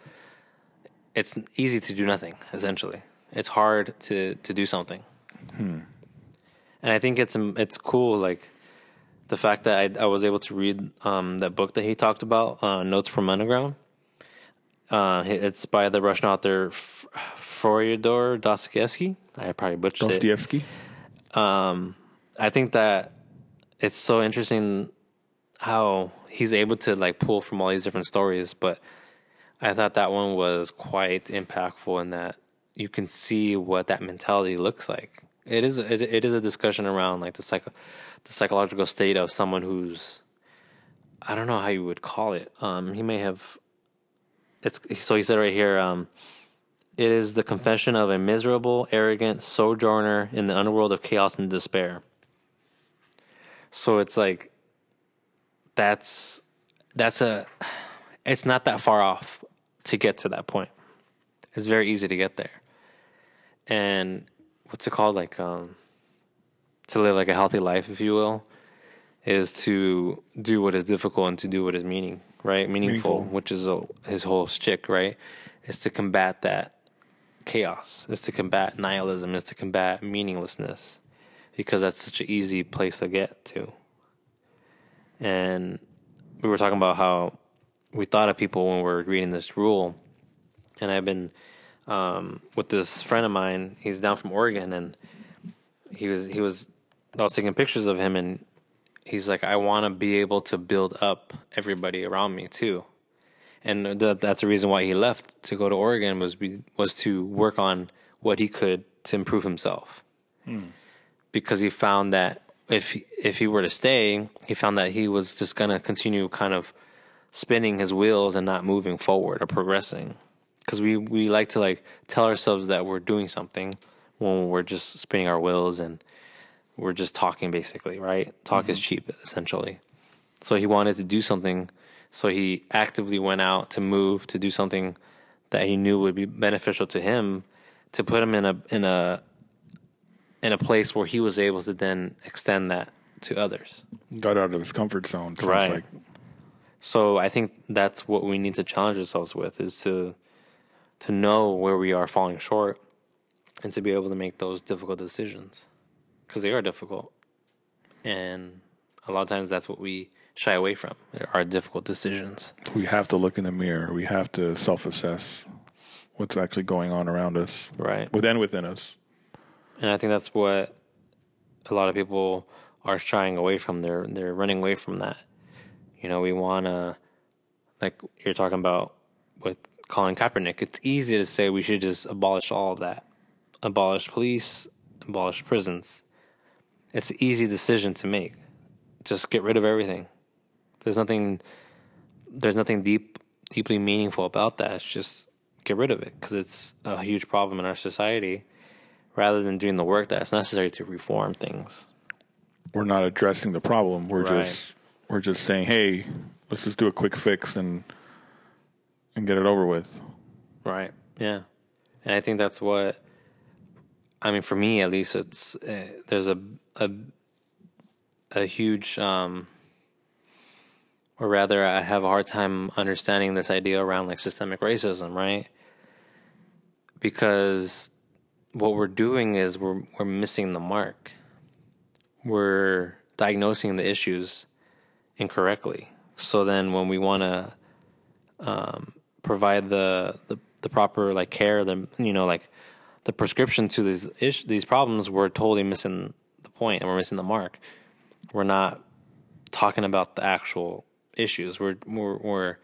[SPEAKER 1] It's easy to do nothing. Essentially, it's hard to to do something.
[SPEAKER 2] Hmm.
[SPEAKER 1] And I think it's it's cool, like the fact that I, I was able to read um, that book that he talked about, uh, Notes from Underground. Uh, it's by the Russian author F- Fyodor Dostoevsky. I probably butchered it.
[SPEAKER 2] Dostoevsky.
[SPEAKER 1] um, I think that it's so interesting how he's able to like pull from all these different stories, but I thought that one was quite impactful in that you can see what that mentality looks like. It is it, it is a discussion around like the psycho the psychological state of someone who's I don't know how you would call it. Um, he may have it's so he said right here. Um, it is the confession of a miserable, arrogant sojourner in the underworld of chaos and despair. So it's like that's that's a it's not that far off to get to that point. It's very easy to get there. And what's it called like um to live like a healthy life if you will is to do what is difficult and to do what is meaning, right? Meaningful,
[SPEAKER 2] Meaningful.
[SPEAKER 1] which is a, his whole shtick, right? Is to combat that chaos is to combat nihilism is to combat meaninglessness because that's such an easy place to get to and we were talking about how we thought of people when we were reading this rule and i've been um, with this friend of mine he's down from oregon and he was he was i was taking pictures of him and he's like i want to be able to build up everybody around me too and th- that's the reason why he left to go to Oregon was be, was to work on what he could to improve himself, because he found that if he, if he were to stay, he found that he was just gonna continue kind of spinning his wheels and not moving forward or progressing, because we we like to like tell ourselves that we're doing something when we're just spinning our wheels and we're just talking basically, right? Talk is cheap essentially. So he wanted to do something. So he actively went out to move to do something that he knew would be beneficial to him, to put him in a in a in a place where he was able to then extend that to others.
[SPEAKER 2] Got out of his comfort zone. So
[SPEAKER 1] Right.
[SPEAKER 2] It's like,
[SPEAKER 1] So I think that's what we need to challenge ourselves with is to to know where we are falling short and to be able to make those difficult decisions because they are difficult. And a lot of times that's what we shy away from are difficult decisions.
[SPEAKER 2] we have to look in the mirror. We have to self assess what's actually going on around us,
[SPEAKER 1] Right.
[SPEAKER 2] within within us.
[SPEAKER 1] And I think that's what a lot of people are shying away from. They're they're running away from that. You know, we wanna like you're talking about with Colin Kaepernick. It's easy to say we should just abolish all of that, abolish police, abolish prisons. It's an easy decision to make. Just get rid of everything. There's nothing. There's nothing deep, deeply meaningful about that. It's just get rid of it because it's a huge problem in our society rather than doing the work that's necessary to reform things.
[SPEAKER 2] We're not addressing the problem. We're
[SPEAKER 1] Right.
[SPEAKER 2] just we're just saying, hey, let's just do a quick fix and and get it over with.
[SPEAKER 1] Right. Yeah. And I think that's what I mean for me at least it's uh, there's a a a huge um or rather I have a hard time understanding this idea around like systemic racism, right? Because what we're doing is we're we're missing the mark. We're diagnosing the issues incorrectly. So then when we want to provide the, the the proper like care the you know like the prescription to these ish, these problems, we're totally missing the point and we're missing the mark. We're not talking about the actual issues. We're we're, we're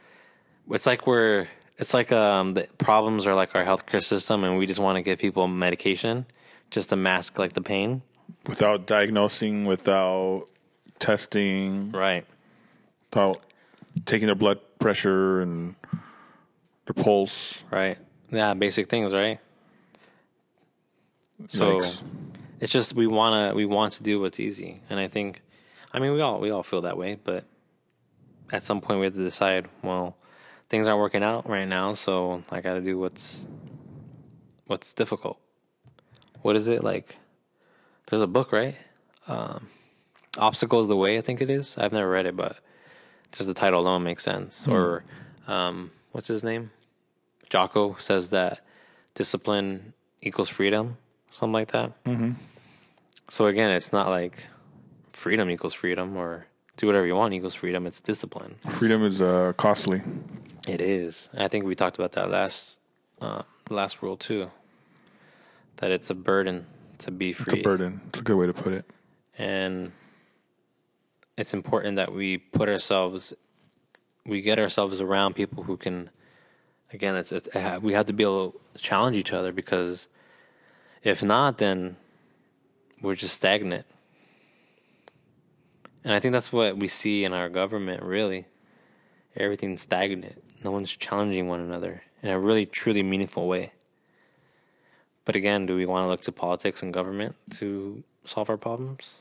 [SPEAKER 1] it's like we're it's like um the problems are like our healthcare system, and we just want to give people medication just to mask like the pain.
[SPEAKER 2] without diagnosing, without testing,
[SPEAKER 1] Right.
[SPEAKER 2] without taking their blood pressure and their pulse.
[SPEAKER 1] Right. Yeah. Basic things. Right. So.
[SPEAKER 2] Yikes.
[SPEAKER 1] it's just we want to we want to do what's easy and i think i mean we all we all feel that way but at some point we have to decide well things aren't working out right now so i got to do what's what's difficult what is it like there's a book right um obstacles the way i think it is i've never read it but just the title alone makes sense or um what's his name jocko says that discipline equals freedom something like that so again, it's not like freedom equals freedom or do whatever you want equals freedom. It's discipline.
[SPEAKER 2] Freedom is uh, costly.
[SPEAKER 1] It is. I think we talked about that last uh, last rule too. That it's a burden to be
[SPEAKER 2] It's
[SPEAKER 1] free,
[SPEAKER 2] a burden. It's a good way to put it.
[SPEAKER 1] and it's important that we put ourselves, we get ourselves around people who can. Again, it's it, we have to be able to challenge each other because if not, then we're just stagnant. And I think that's what we see in our government, really. Everything's stagnant. No one's challenging one another in a really, truly meaningful way. But again, do we want to look to politics and government to solve our problems?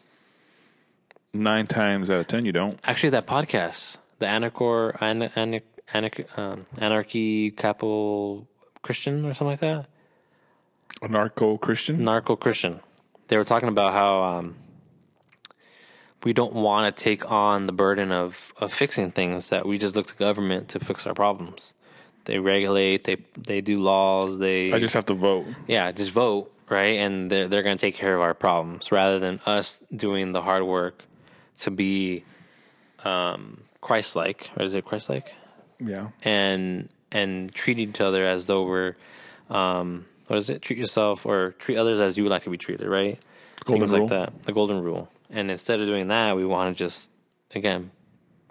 [SPEAKER 2] Nine times out of ten, you don't.
[SPEAKER 1] Actually, that podcast, the Anarchor, an, an, Anarch- um, Anarchy Capital Christian or something like that,
[SPEAKER 2] A narco Christian.
[SPEAKER 1] Narco Christian, they were talking about how um, we don't want to take on the burden of, of fixing things that we just look to government to fix our problems. They regulate, they they do laws, they
[SPEAKER 2] I just have to vote.
[SPEAKER 1] yeah, just vote, right? And they're they're gonna take care of our problems rather than us doing the hard work to be um Christ like, or is it Christ like?
[SPEAKER 2] Yeah.
[SPEAKER 1] And and treat each other as though we're um what is it? Treat yourself or treat others as you would like to be treated, right?
[SPEAKER 2] Golden
[SPEAKER 1] Things
[SPEAKER 2] rule.
[SPEAKER 1] like that. The golden rule. And instead of doing that, we wanna just again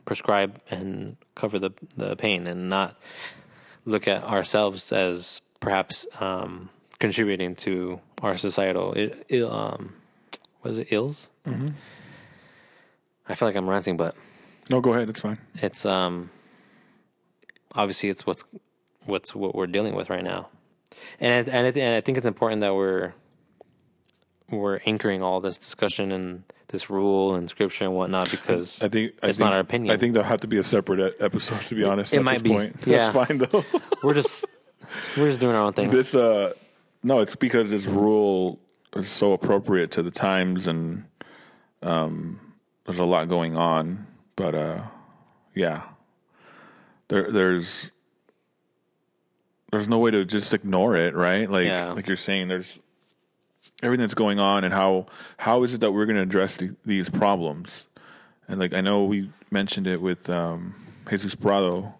[SPEAKER 1] prescribe and cover the the pain and not look at ourselves as perhaps um, contributing to our societal i- ill. Um, what is it? Ills. Mm-hmm. I feel like I'm ranting, but
[SPEAKER 2] No, go ahead. It's fine.
[SPEAKER 1] it's um, obviously it's what's what's what we're dealing with right now, and I- and I thi- and I think it's important that we're we're anchoring all this discussion and this rule and scripture and whatnot because
[SPEAKER 2] I think I
[SPEAKER 1] It's
[SPEAKER 2] think-
[SPEAKER 1] not our opinion.
[SPEAKER 2] I think there'll have to be a separate e- episode. To be honest,
[SPEAKER 1] It
[SPEAKER 2] at
[SPEAKER 1] might
[SPEAKER 2] this
[SPEAKER 1] be.
[SPEAKER 2] point,
[SPEAKER 1] Yeah.
[SPEAKER 2] that's fine though.
[SPEAKER 1] we're just we're just doing our own thing.
[SPEAKER 2] this uh, no, it's because this rule is so appropriate to the times, and um, there's a lot going on. But uh, yeah, there there's there's no way to just ignore it, right? Like
[SPEAKER 1] Yeah.
[SPEAKER 2] like you're saying, there's everything that's going on, and how how is it that we're going to address the, these problems? And like I know we mentioned it with um, Jesus Prado,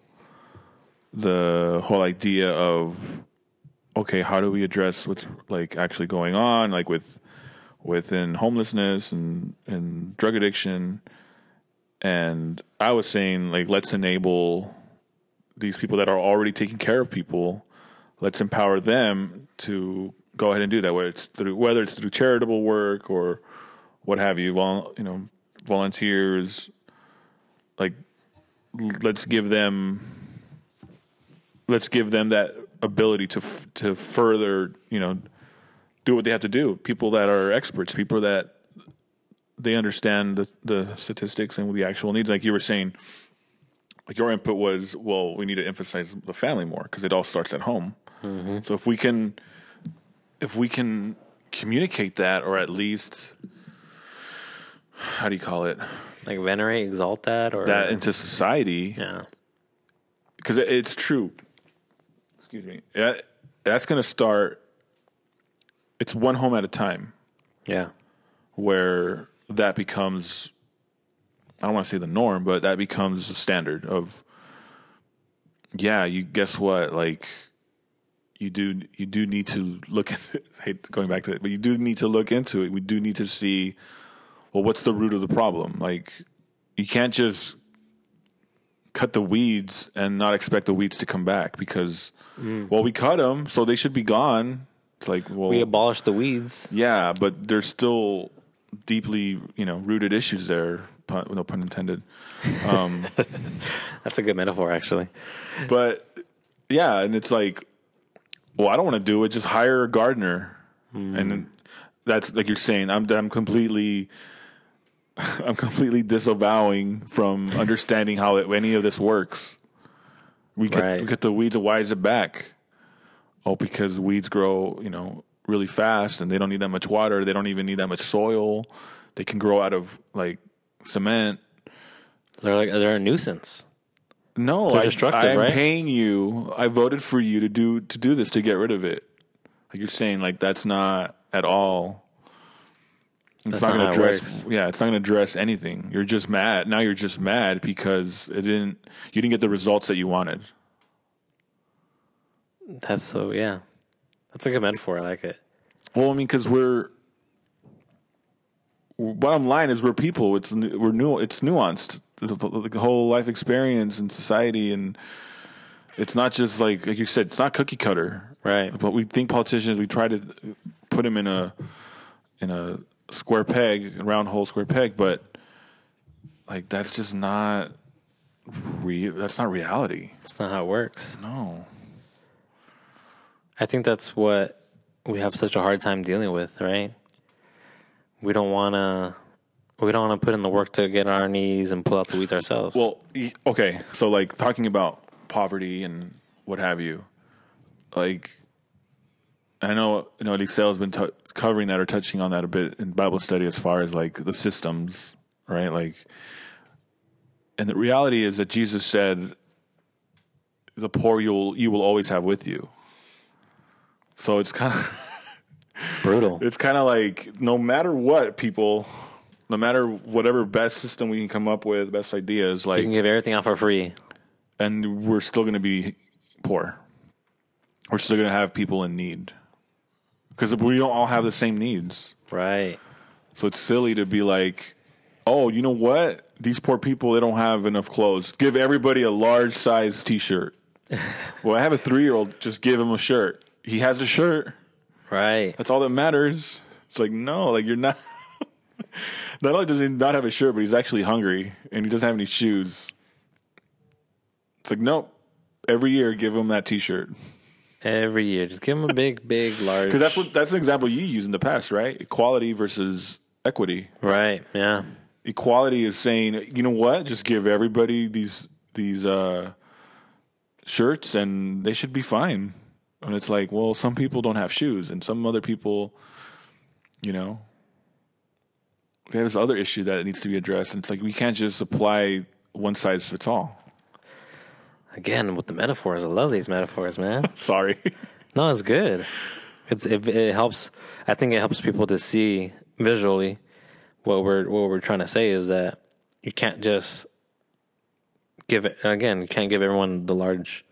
[SPEAKER 2] the whole idea of okay, how do we address what's like actually going on, like with within homelessness and and drug addiction, and I was saying like let's enable these people that are already taking care of people, let's empower them to go ahead and do that. Whether it's through whether it's through charitable work or what have you, vol- you know, volunteers, like l- let's give them let's give them that ability to f- to further you know do what they have to do. People that are experts, people that they understand the, the statistics and the actual needs. Like you were saying, like your input was, well, we need to emphasize the family more because it all starts at home. So if we can, if we can communicate that, or at least, how do you call it,
[SPEAKER 1] like venerate, exalt that, or
[SPEAKER 2] that into society,
[SPEAKER 1] yeah,
[SPEAKER 2] because it, it's true. Excuse me. Yeah, that's going to start. It's one home at a time
[SPEAKER 1] yeah,
[SPEAKER 2] where that becomes. I don't want to say the norm, but that becomes the standard of. Yeah, you guess what? Like, you do you do need to look at it. I hate going back to it, but you do need to look into it. We do need to see well what's the root of the problem? Like you can't just cut the weeds and not expect the weeds to come back because well we cut them so they should be gone. It's like well
[SPEAKER 1] We abolished the weeds.
[SPEAKER 2] yeah, but there's still deeply, you know, rooted issues there, pun, no pun intended.
[SPEAKER 1] That's a good metaphor, actually.
[SPEAKER 2] But yeah, and it's like, well, I don't want to do it. Just hire a gardener, and then that's like you're saying. I'm I'm completely, I'm completely disavowing from understanding how it, any of this works. We cut,
[SPEAKER 1] Right.
[SPEAKER 2] we cut the weeds. Why is it back? Oh, because weeds grow, you know, really fast, and they don't need that much water. They don't even need that much soil. They can grow out of like cement.
[SPEAKER 1] They're like they're a nuisance.
[SPEAKER 2] No,
[SPEAKER 1] They're
[SPEAKER 2] I,
[SPEAKER 1] destructive,
[SPEAKER 2] I'm
[SPEAKER 1] right?
[SPEAKER 2] paying you. I voted for you to do to do this to get rid of it. Like you're saying, like that's not at all. It's
[SPEAKER 1] That's
[SPEAKER 2] not,
[SPEAKER 1] not
[SPEAKER 2] going
[SPEAKER 1] how
[SPEAKER 2] to
[SPEAKER 1] it
[SPEAKER 2] address.
[SPEAKER 1] works.
[SPEAKER 2] Yeah, it's not going to address anything. You're just mad now. You're just mad because it didn't. You didn't get the results that you wanted.
[SPEAKER 1] That's so yeah. That's a good metaphor. I like it.
[SPEAKER 2] Well, I mean, because we're. Bottom line is we're people. It's nu- we're new. It's nuanced. The, the- the whole life experience and society, and it's not just like like you said. It's not cookie cutter.
[SPEAKER 1] Right.
[SPEAKER 2] But we think politicians. We try to put them in a in a square peg, round hole, square peg. But like that's just not real. That's not reality.
[SPEAKER 1] That's not how it works.
[SPEAKER 2] No.
[SPEAKER 1] I think that's what we have such a hard time dealing with, right? We don't wanna we don't wanna put in the work to get on our knees and pull out the weeds ourselves.
[SPEAKER 2] Well, y- okay. So, like, talking about poverty and what have you, like, I know, you know, Eliseo has been t- covering that or touching on that a bit in Bible study as far as like the systems, right? Like, and the reality is that Jesus said, "The poor you'll you will always have with you." So it's kind of
[SPEAKER 1] brutal.
[SPEAKER 2] it's kind of like no matter what, people, no matter whatever best system we can come up with, best ideas, like
[SPEAKER 1] You can give everything out for free.
[SPEAKER 2] and we're still going to be poor. We're still going to have people in need because we don't all have the same needs.
[SPEAKER 1] Right.
[SPEAKER 2] So it's silly to be like, oh, you know what? These poor people, they don't have enough clothes. Give everybody a large size t shirt. well, I have a three year old, just give him a shirt. He has a shirt.
[SPEAKER 1] Right.
[SPEAKER 2] That's all that matters. It's like, no, like you're not. not only does he not have a shirt, but he's actually hungry and he doesn't have any shoes. It's like, nope. Every year, give him that T-shirt
[SPEAKER 1] Every year. Just give them a big, big, large
[SPEAKER 2] because that's what that's an example you used in the past, right? Equality versus equity.
[SPEAKER 1] Right, yeah.
[SPEAKER 2] Equality is saying, you know what? Just give everybody these these uh, shirts, and they should be fine. And it's like, well, some people don't have shoes, and some other people, you know, they have this other issue that needs to be addressed. And it's like we can't just apply one size fits all.
[SPEAKER 1] Again, with the metaphors, I love these metaphors, man.
[SPEAKER 2] Sorry.
[SPEAKER 1] No, it's good. It's it, it helps. I think it helps people to see visually what we're what we're trying to say is that you can't just give it again. You can't give everyone the large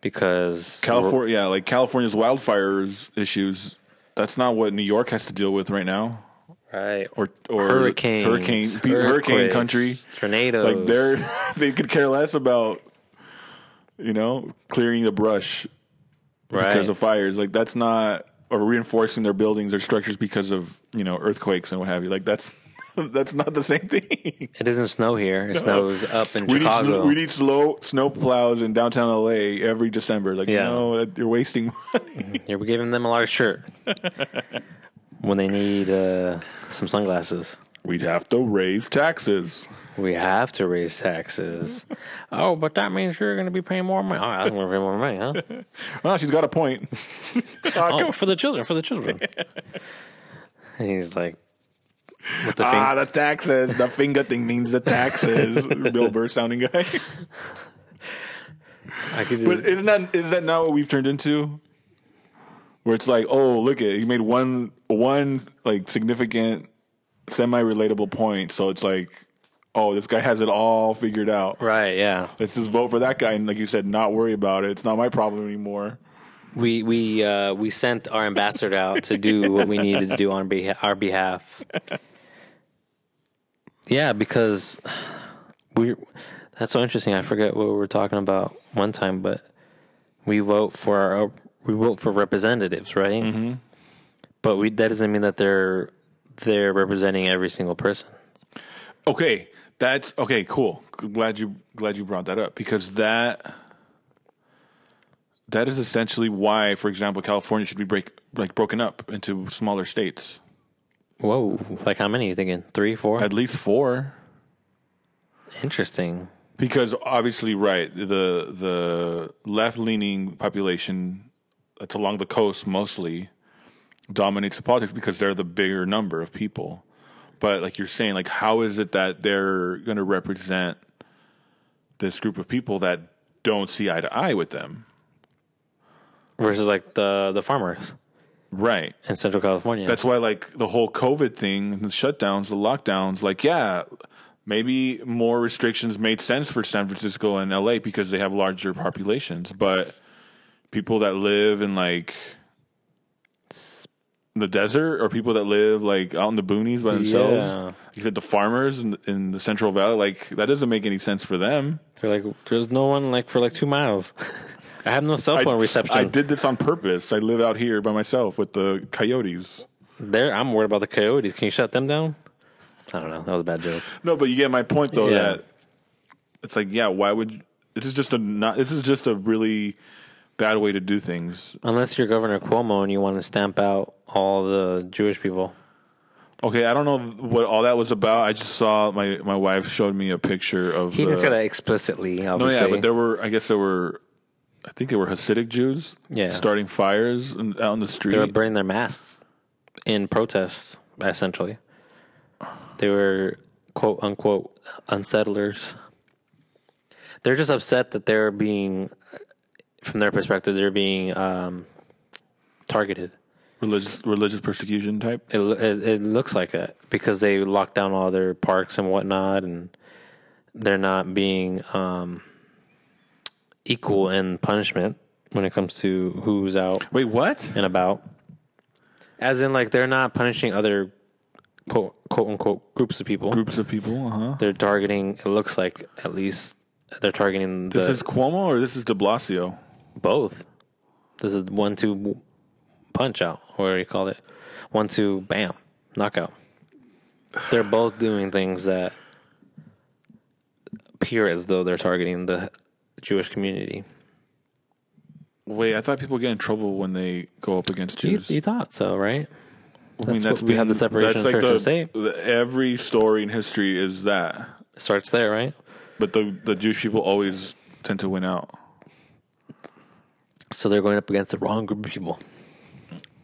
[SPEAKER 1] because
[SPEAKER 2] California, yeah, like California's wildfires issues. That's not what New York has to deal with right now.
[SPEAKER 1] right
[SPEAKER 2] or or
[SPEAKER 1] hurricanes,
[SPEAKER 2] hurricane pe- hurricane
[SPEAKER 1] earthquakes,
[SPEAKER 2] country.
[SPEAKER 1] tornadoes.
[SPEAKER 2] Like they're they could care less about you know clearing the brush
[SPEAKER 1] right.
[SPEAKER 2] because of fires. Like that's not or reinforcing their buildings or structures because of you know earthquakes and what have you. Like that's that's not the same thing.
[SPEAKER 1] it doesn't snow here. It snows up in
[SPEAKER 2] we need
[SPEAKER 1] Chicago.
[SPEAKER 2] snow, we need slow snow plows in downtown LA every December. Like
[SPEAKER 1] Yeah.
[SPEAKER 2] no, that- you're wasting. money.
[SPEAKER 1] Yeah, we're giving them a large shirt when they need uh, some sunglasses.
[SPEAKER 2] We'd have to raise taxes.
[SPEAKER 1] We have to raise taxes. oh, but that means you're going to be paying more money. Oh, I'm going to pay more money, huh?
[SPEAKER 2] Well, Ah, she's got a point.
[SPEAKER 1] Oh, for the children, for the children. and he's like, with the
[SPEAKER 2] Ah, the taxes. The finger thing means the taxes. Bill Burr sounding guy.
[SPEAKER 1] finger. I could
[SPEAKER 2] But
[SPEAKER 1] just,
[SPEAKER 2] isn't that is that not what we've turned into? Where it's like, oh, look at you made one one like significant semi relatable point, so it's like, oh, this guy has it all figured out.
[SPEAKER 1] right, yeah.
[SPEAKER 2] Let's just vote for that guy and like you said, not worry about it. It's not my problem anymore.
[SPEAKER 1] we we uh, we sent our ambassador out to do what we needed to do on beha- our behalf. Yeah, because we that's so interesting. I forget what we were talking about one time, but we vote for our we vote for representatives, right? Mm-hmm. But we that doesn't mean that they're they're representing every single person.
[SPEAKER 2] Okay, that's okay. Cool. Glad you glad you brought that up because that that is essentially why, for example, California should be break like broken up into smaller states,
[SPEAKER 1] Whoa! Like how many are you thinking? Three, four?
[SPEAKER 2] at least four.
[SPEAKER 1] Interesting.
[SPEAKER 2] Because obviously, right the the left leaning population that's along the coast mostly dominates the politics because they're the bigger number of people. But like you're saying, like how is it that they're going to represent this group of people that don't see eye to eye with them?
[SPEAKER 1] Versus like the the farmers
[SPEAKER 2] Right.
[SPEAKER 1] in Central California.
[SPEAKER 2] That's why, like, the whole COVID thing, the shutdowns, the lockdowns, like, yeah, maybe more restrictions made sense for San Francisco and LA because they have larger populations. But people that live in, like, the desert or people that live, like, out in the boonies by themselves,
[SPEAKER 1] Yeah.
[SPEAKER 2] you said the farmers in, in the Central Valley, like, that doesn't make any sense for them.
[SPEAKER 1] They're like, there's no one like for like two miles. I have no cell phone reception.
[SPEAKER 2] I did this on purpose. I live out here by myself with the coyotes.
[SPEAKER 1] there, I'm worried about the coyotes. Can you shut them down? I don't know. That was a bad joke.
[SPEAKER 2] No, but you get my point though
[SPEAKER 1] Yeah.
[SPEAKER 2] that it's like, yeah, why would this is just a not this is just a really bad way to do things.
[SPEAKER 1] Unless you're Governor Cuomo and you want to stamp out all the Jewish people.
[SPEAKER 2] Okay, I don't know what all that was about. I just saw my my wife showed me a picture of
[SPEAKER 1] He
[SPEAKER 2] the,
[SPEAKER 1] didn't say that explicitly,
[SPEAKER 2] No,
[SPEAKER 1] obviously.
[SPEAKER 2] yeah, but there were I guess there were I think there were Hasidic Jews
[SPEAKER 1] Yeah.
[SPEAKER 2] starting fires in, out on the street.
[SPEAKER 1] they were burning their masks in protest, essentially. They were quote unquote unsettlers. They're just upset that they're being, from their perspective, they're being um, targeted.
[SPEAKER 2] religious religious persecution type.
[SPEAKER 1] It, lo- it it looks like it because they locked down all their parks and whatnot, and they're not being um, equal in punishment when it comes to who's out
[SPEAKER 2] Wait, what?
[SPEAKER 1] and about. As in, like they're not punishing other quote quote unquote groups of people.
[SPEAKER 2] Groups of people, uh-huh.
[SPEAKER 1] They're targeting. It looks like at least they're targeting
[SPEAKER 2] This
[SPEAKER 1] the,
[SPEAKER 2] is Cuomo or this is De Blasio?
[SPEAKER 1] both. This is one two punch out, or whatever you call it, one two bam knockout. They're both doing things that appear as though they're targeting the Jewish community.
[SPEAKER 2] Wait, I thought people get in trouble when they go up against
[SPEAKER 1] You,
[SPEAKER 2] Jews.
[SPEAKER 1] you thought so, right?
[SPEAKER 2] I mean,
[SPEAKER 1] That's what we have the separation
[SPEAKER 2] that's
[SPEAKER 1] of church
[SPEAKER 2] the,
[SPEAKER 1] and state.
[SPEAKER 2] the- Every story in history is that,
[SPEAKER 1] Starts there, right?
[SPEAKER 2] but the the Jewish people always tend to win out.
[SPEAKER 1] So they're going up against the wrong group of people.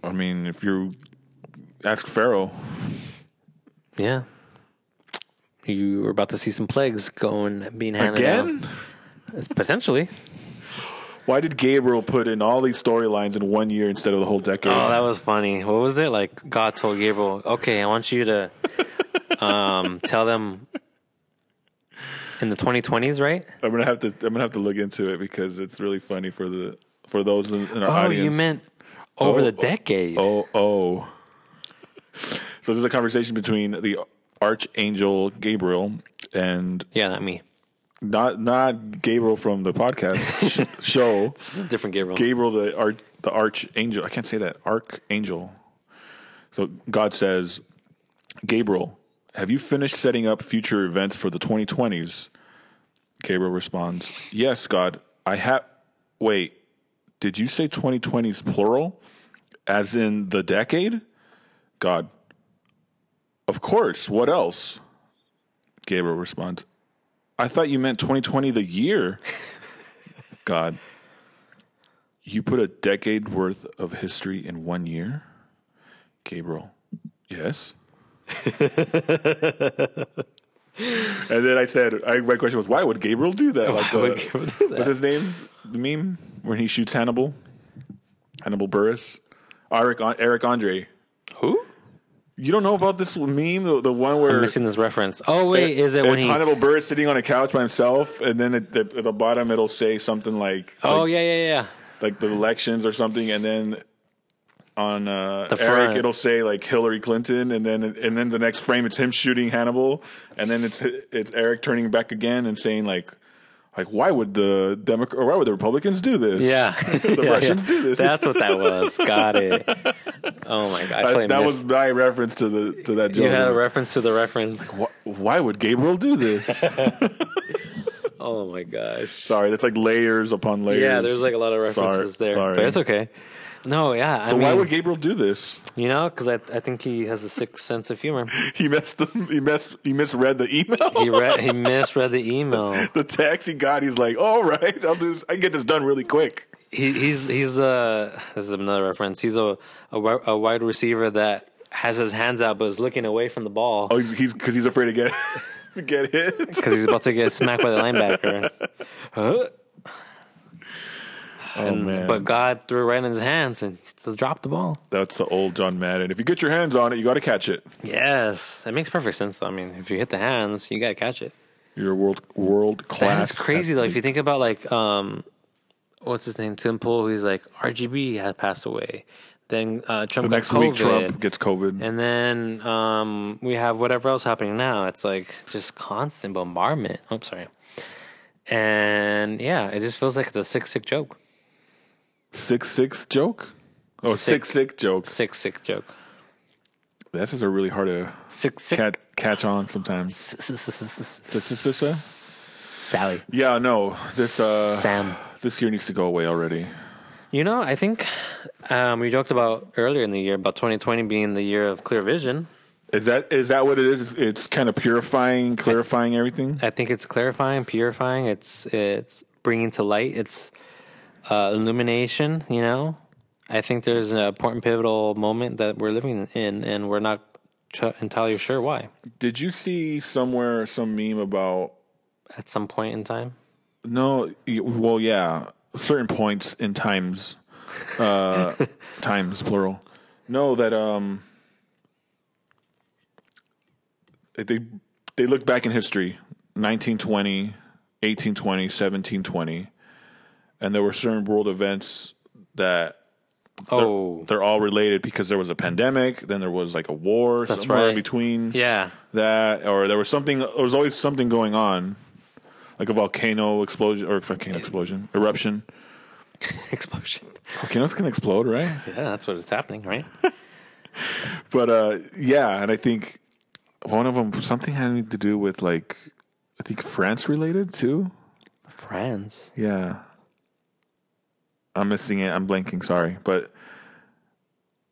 [SPEAKER 2] I mean, if you ask Pharaoh,
[SPEAKER 1] Yeah. You were about to see some plagues going being handed
[SPEAKER 2] again,
[SPEAKER 1] out. Potentially.
[SPEAKER 2] why did Gabriel put in all these storylines in one year instead of the whole decade?
[SPEAKER 1] Oh, that was funny. What was it? Like God told Gabriel, Okay, I want you to um tell them in the twenty twenties, right?
[SPEAKER 2] I'm gonna have to I'm gonna have to look into it because it's really funny for the for those in, in our audience.
[SPEAKER 1] Oh, you meant over
[SPEAKER 2] Oh,
[SPEAKER 1] the
[SPEAKER 2] oh,
[SPEAKER 1] decade.
[SPEAKER 2] Oh, oh. So there's a conversation between the archangel Gabriel and
[SPEAKER 1] Yeah, not me.
[SPEAKER 2] not not Gabriel from the podcast sh- show.
[SPEAKER 1] This is a different Gabriel.
[SPEAKER 2] Gabriel the arch the archangel. I can't say that archangel. So God says, Gabriel, have you finished setting up future events for the 2020s? Gabriel responds, Yes, God, I have. Wait, did you say 2020s plural, as in the decade? God, of course. What else? Gabriel responds, I thought you meant 2020 the year. God. You put a decade worth of history in one year? Gabriel. Yes. and then I said, I, my question was, why would Gabriel do that? Like the-
[SPEAKER 1] would Gabriel do that?
[SPEAKER 2] What's his name? The meme when he shoots Hannibal? Hannibal Burris? Eric, Eric Andre.
[SPEAKER 1] Who?
[SPEAKER 2] You don't know about this meme? The, the one where.
[SPEAKER 1] I'm missing this reference. Oh wait, is it
[SPEAKER 2] and
[SPEAKER 1] when he
[SPEAKER 2] Hannibal Burris sitting on a couch by himself, and then at the, at the bottom it'll say something like,
[SPEAKER 1] Oh yeah, yeah, yeah.
[SPEAKER 2] like the elections or something, and then on uh,
[SPEAKER 1] The
[SPEAKER 2] Eric
[SPEAKER 1] front.
[SPEAKER 2] it'll say like Hillary Clinton, and then and then the next frame it's him shooting Hannibal, and then it's it's Eric turning back again and saying like. Like why would the Democ- or why would the Republicans do this?
[SPEAKER 1] Yeah,
[SPEAKER 2] the
[SPEAKER 1] Yeah,
[SPEAKER 2] Russians
[SPEAKER 1] yeah.
[SPEAKER 2] do this.
[SPEAKER 1] That's what that was. Got it. Oh my god! I
[SPEAKER 2] I,
[SPEAKER 1] totally
[SPEAKER 2] that was
[SPEAKER 1] missed-
[SPEAKER 2] my reference to the to that joke.
[SPEAKER 1] you had a reference to the reference.
[SPEAKER 2] Wh- why would Gabriel do this?
[SPEAKER 1] Oh my gosh!
[SPEAKER 2] Sorry, that's like layers upon layers.
[SPEAKER 1] Yeah, there's like a lot of references
[SPEAKER 2] Sorry,
[SPEAKER 1] there,
[SPEAKER 2] Sorry.
[SPEAKER 1] but it's okay. No, yeah. I
[SPEAKER 2] So
[SPEAKER 1] mean,
[SPEAKER 2] why would Gabriel do this?
[SPEAKER 1] you know? Because I I think he has a sick sense of humor.
[SPEAKER 2] He messed. The, he messed. He misread the email.
[SPEAKER 1] He read he misread the email.
[SPEAKER 2] the text he got. He's like, all right, I'll do this. I can get this done really quick.
[SPEAKER 1] he, he's he's uh this is another reference. He's a, a wi- a wide receiver that has his hands out but is looking away from the ball
[SPEAKER 2] Oh, he's because he's afraid to get to get hit.
[SPEAKER 1] because he's about to get smacked by the linebacker. Huh?
[SPEAKER 2] Oh man,
[SPEAKER 1] But God threw it right in his hands and he still dropped the ball.
[SPEAKER 2] that's the old John Madden. If you get your hands on it, you got to catch it.
[SPEAKER 1] Yes, it makes perfect sense. Though. I mean, if you hit the hands, you gotta catch it.
[SPEAKER 2] You're a world world
[SPEAKER 1] That
[SPEAKER 2] class.
[SPEAKER 1] is crazy though. If you think about like um, what's his name, Tim Pool, who's like RGB had passed away. Then uh, Trump
[SPEAKER 2] The
[SPEAKER 1] got
[SPEAKER 2] next week,
[SPEAKER 1] COVID.
[SPEAKER 2] Trump gets COVID.
[SPEAKER 1] And then um, we have whatever else happening now. It's like just constant bombardment. Oh, sorry. And yeah, it just feels like it's a sick, sick joke.
[SPEAKER 2] six six joke. Oh,
[SPEAKER 1] Sick.
[SPEAKER 2] six six joke.
[SPEAKER 1] Sick, sick joke.
[SPEAKER 2] That's just a really hard to
[SPEAKER 1] Sick, sick.
[SPEAKER 2] catch catch on sometimes.
[SPEAKER 1] Sally.
[SPEAKER 2] Yeah, no. This uh
[SPEAKER 1] Sam.
[SPEAKER 2] this year needs to go away already.
[SPEAKER 1] You know, I think um, we joked about earlier in the year about 2020 being the year of clear vision.
[SPEAKER 2] Is that is that what it is? It's, it's kind of purifying, clarifying everything.
[SPEAKER 1] I think it's clarifying, purifying. It's it's bringing to light. It's uh, illumination. You know, I think there's an important pivotal moment that we're living in, and we're not ch- entirely sure why.
[SPEAKER 2] Did you see somewhere some meme about
[SPEAKER 1] At some point in time,
[SPEAKER 2] no? y- Well, yeah, certain points in times, uh, times plural. No, that um, they they look back in history, 1920, 1820, 1720, and there were certain world events that
[SPEAKER 1] oh
[SPEAKER 2] they're all related because there was a pandemic, then there was like a war somewhere in
[SPEAKER 1] right.
[SPEAKER 2] between
[SPEAKER 1] yeah,
[SPEAKER 2] that, or there was something. There was always something going on, like a volcano explosion or volcano explosion eruption.
[SPEAKER 1] explosion.
[SPEAKER 2] Volcanoes can explode, right?
[SPEAKER 1] Yeah, that's what is happening, right?
[SPEAKER 2] But uh, yeah, and I think one of them something had to do with like I think France related too.
[SPEAKER 1] Friends.
[SPEAKER 2] Yeah, I'm missing it. I'm blanking. Sorry, but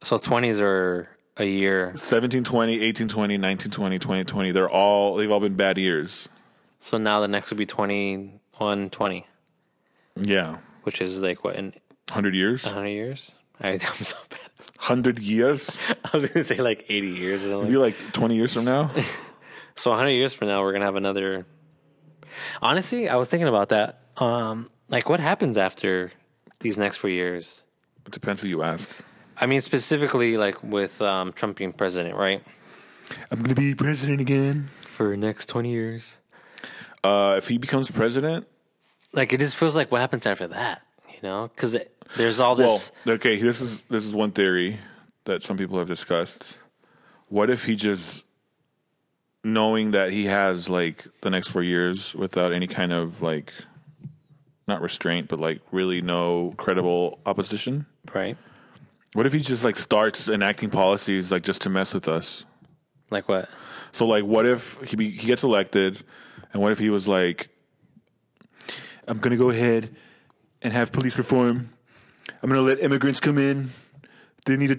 [SPEAKER 1] So twenties are a year.
[SPEAKER 2] 1720, 1820, 1920, 2020. They're all they've all been bad years.
[SPEAKER 1] So now the next would be 21, 20,
[SPEAKER 2] Yeah.
[SPEAKER 1] which is like what in
[SPEAKER 2] 100 years?
[SPEAKER 1] hundred years. I, I'm so bad.
[SPEAKER 2] 100 years?
[SPEAKER 1] I was gonna say like 80 years. Or something.
[SPEAKER 2] Maybe like 20 years from now?
[SPEAKER 1] So 100 years from now, we're gonna have another. Honestly, I was thinking about that. Um, like, what happens after these next four years?
[SPEAKER 2] it depends who you ask.
[SPEAKER 1] I mean, specifically, like with um, Trump being president, right?
[SPEAKER 2] I'm going to be president again.
[SPEAKER 1] For next 20 years,
[SPEAKER 2] Uh, if he becomes president,
[SPEAKER 1] like it just feels like what happens after that, you know? Because there's all
[SPEAKER 2] well,
[SPEAKER 1] this.
[SPEAKER 2] okay, this is this is one theory that some people have discussed. What if he just knowing that he has like the next 4 years without any kind of like not restraint, but like really no credible opposition?
[SPEAKER 1] right?
[SPEAKER 2] What if he just like starts enacting policies like just to mess with us?
[SPEAKER 1] Like what?
[SPEAKER 2] So like, what if he be, he gets elected, and what if he was like, "I'm gonna go ahead and have police reform. I'm gonna let immigrants come in. They need a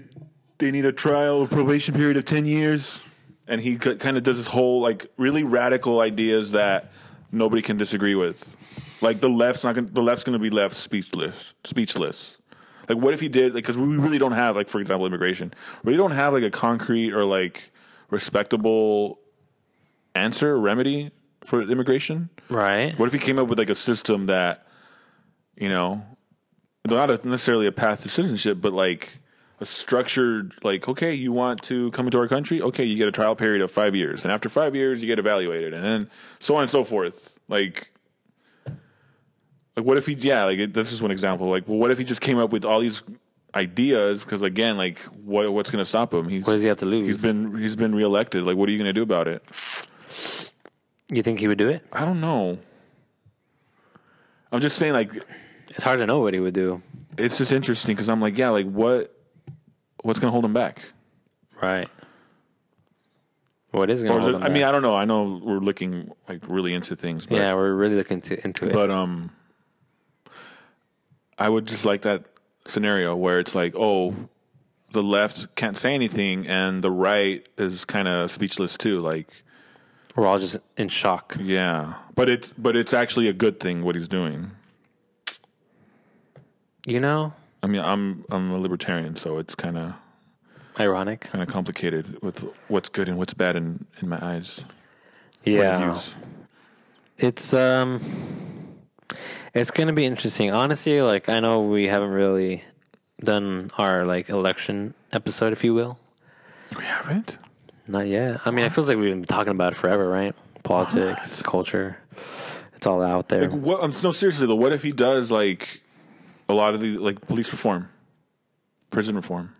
[SPEAKER 2] they need a trial or probation period of ten years." And he kind of does this whole like really radical ideas that nobody can disagree with. Like the left's not gonna, the left's gonna be left speechless, speechless. Like, what if he did? Like, because we really don't have, like, for example, immigration. We don't have like a concrete or like respectable answer or remedy for immigration.
[SPEAKER 1] Right?
[SPEAKER 2] What if he came up with like a system that, you know, not a, necessarily a path to citizenship, but like a structured, like, okay, you want to come into our country? Okay, you get a trial period of five years. And after five years, you get evaluated. And then so on and so forth. Like, Like, what if he? Yeah, like it, this is one example. Like, well, what if he just came up with all these ideas? Because again, like, what what's going to stop him? He's
[SPEAKER 1] What does he have to lose?
[SPEAKER 2] he's been he's been reelected. Like, what are you going to do about it?
[SPEAKER 1] you think he would do it?
[SPEAKER 2] I don't know. I'm just saying, like,
[SPEAKER 1] It's hard to know what he would do.
[SPEAKER 2] it's just interesting because I'm like, yeah, like what what's going to hold him back?
[SPEAKER 1] Right. What is
[SPEAKER 2] Or
[SPEAKER 1] going
[SPEAKER 2] is
[SPEAKER 1] to
[SPEAKER 2] it,
[SPEAKER 1] happen?
[SPEAKER 2] I mean, I don't know. I know we're looking like really into things, but
[SPEAKER 1] yeah, we're really looking to, into it.
[SPEAKER 2] but um, I would just like that scenario where it's like, oh, the left can't say anything, and the right is kind of speechless too. Like,
[SPEAKER 1] we're all just in shock.
[SPEAKER 2] yeah, but it's but it's actually a good thing what he's doing.
[SPEAKER 1] You know,
[SPEAKER 2] I mean, I'm I'm a libertarian, so it's kind of
[SPEAKER 1] ironic.
[SPEAKER 2] kind of complicated with what's good and what's bad in in my eyes. point of
[SPEAKER 1] Yeah,
[SPEAKER 2] views.
[SPEAKER 1] it's um, it's gonna be interesting. Honestly, like I know we haven't really done our like election episode, if you will.
[SPEAKER 2] We haven't.
[SPEAKER 1] Not yet. I mean, it feels like we've been talking about it forever, right? Politics, culture, it's all out there.
[SPEAKER 2] What, um, no, seriously though. What if he does like a lot of the like police reform, prison reform?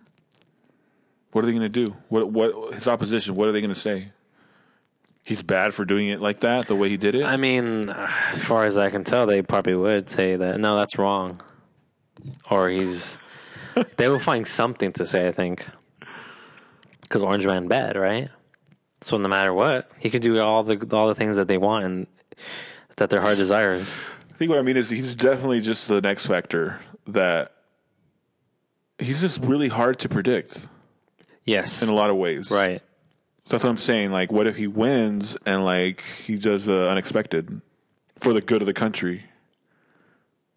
[SPEAKER 2] What are they going to do? What what his opposition? What are they going to say? He's bad for doing it like that, the way he did it.
[SPEAKER 1] I mean, as far as I can tell, they probably would say that no, that's wrong, or he's. they will find something to say, I think, because Orange Man bad, right? So no matter what, he could do all the all the things that they want and that their heart desires.
[SPEAKER 2] I think what I mean is he's definitely just the next factor that he's just really hard to predict
[SPEAKER 1] Yes,
[SPEAKER 2] in a lot of ways.
[SPEAKER 1] right.
[SPEAKER 2] So that's what I'm saying. Like, what if he wins and like he does the unexpected for the good of the country?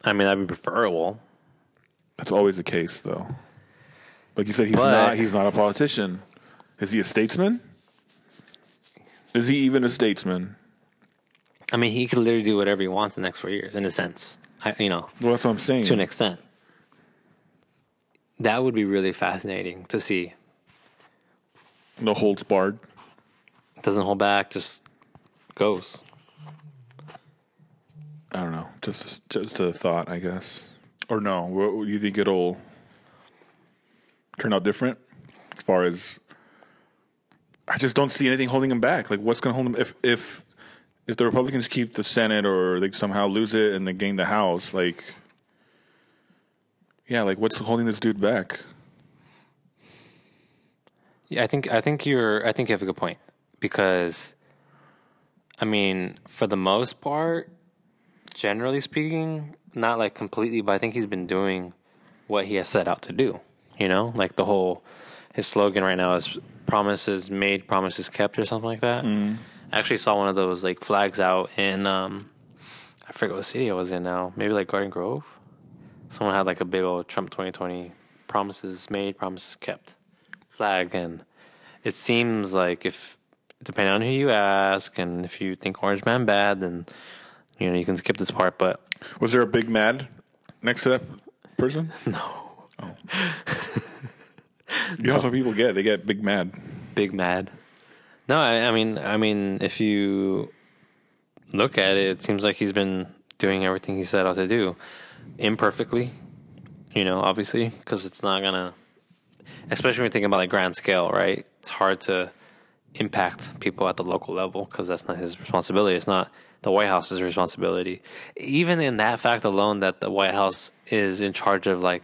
[SPEAKER 1] I mean, that'd be preferable.
[SPEAKER 2] That's always the case, though. Like you said, he's
[SPEAKER 1] But-
[SPEAKER 2] not. He's not a politician. Is he a statesman? Is he even a statesman?
[SPEAKER 1] I mean, he could literally do whatever he wants the next four years, in a sense. I, you know,
[SPEAKER 2] Well, that's what I'm saying.
[SPEAKER 1] to an extent. That would be really fascinating to see.
[SPEAKER 2] No holds barred.
[SPEAKER 1] doesn't hold back, just goes.
[SPEAKER 2] I don't know. Just just a thought, I guess. Or no? What, you think it'll turn out different? As far as I just don't see anything holding him back. Like, what's going to hold him if if if the Republicans keep the Senate or they somehow lose it and they gain the House? Like, yeah, like what's holding this dude back?
[SPEAKER 1] Yeah, I think I think you're I think you have a good point because I mean, for the most part, generally speaking, not like completely, but I think he's been doing what he has set out to do, you know? Like the whole his slogan right now is promises made, promises kept or something like that. I actually saw one of those like flags out in um I forget what city I was in now. Maybe like Garden Grove. Someone had like a big old Trump 2020 promises made, promises kept flag and it seems like if depending on who you ask and if you think orange man bad then you know you can skip this part but
[SPEAKER 2] Was there a big mad next to that person? No. Oh. you know, that's what people get. They get big mad.
[SPEAKER 1] big mad no I, I mean i mean if you look at it it seems like he's been doing everything he set out to do imperfectly you know obviously because it's not gonna especially when you're thinking about like grand scale right it's hard to impact people at the local level because that's not his responsibility. It's not the White House's responsibility. Even in that fact alone, that the White House is in charge of like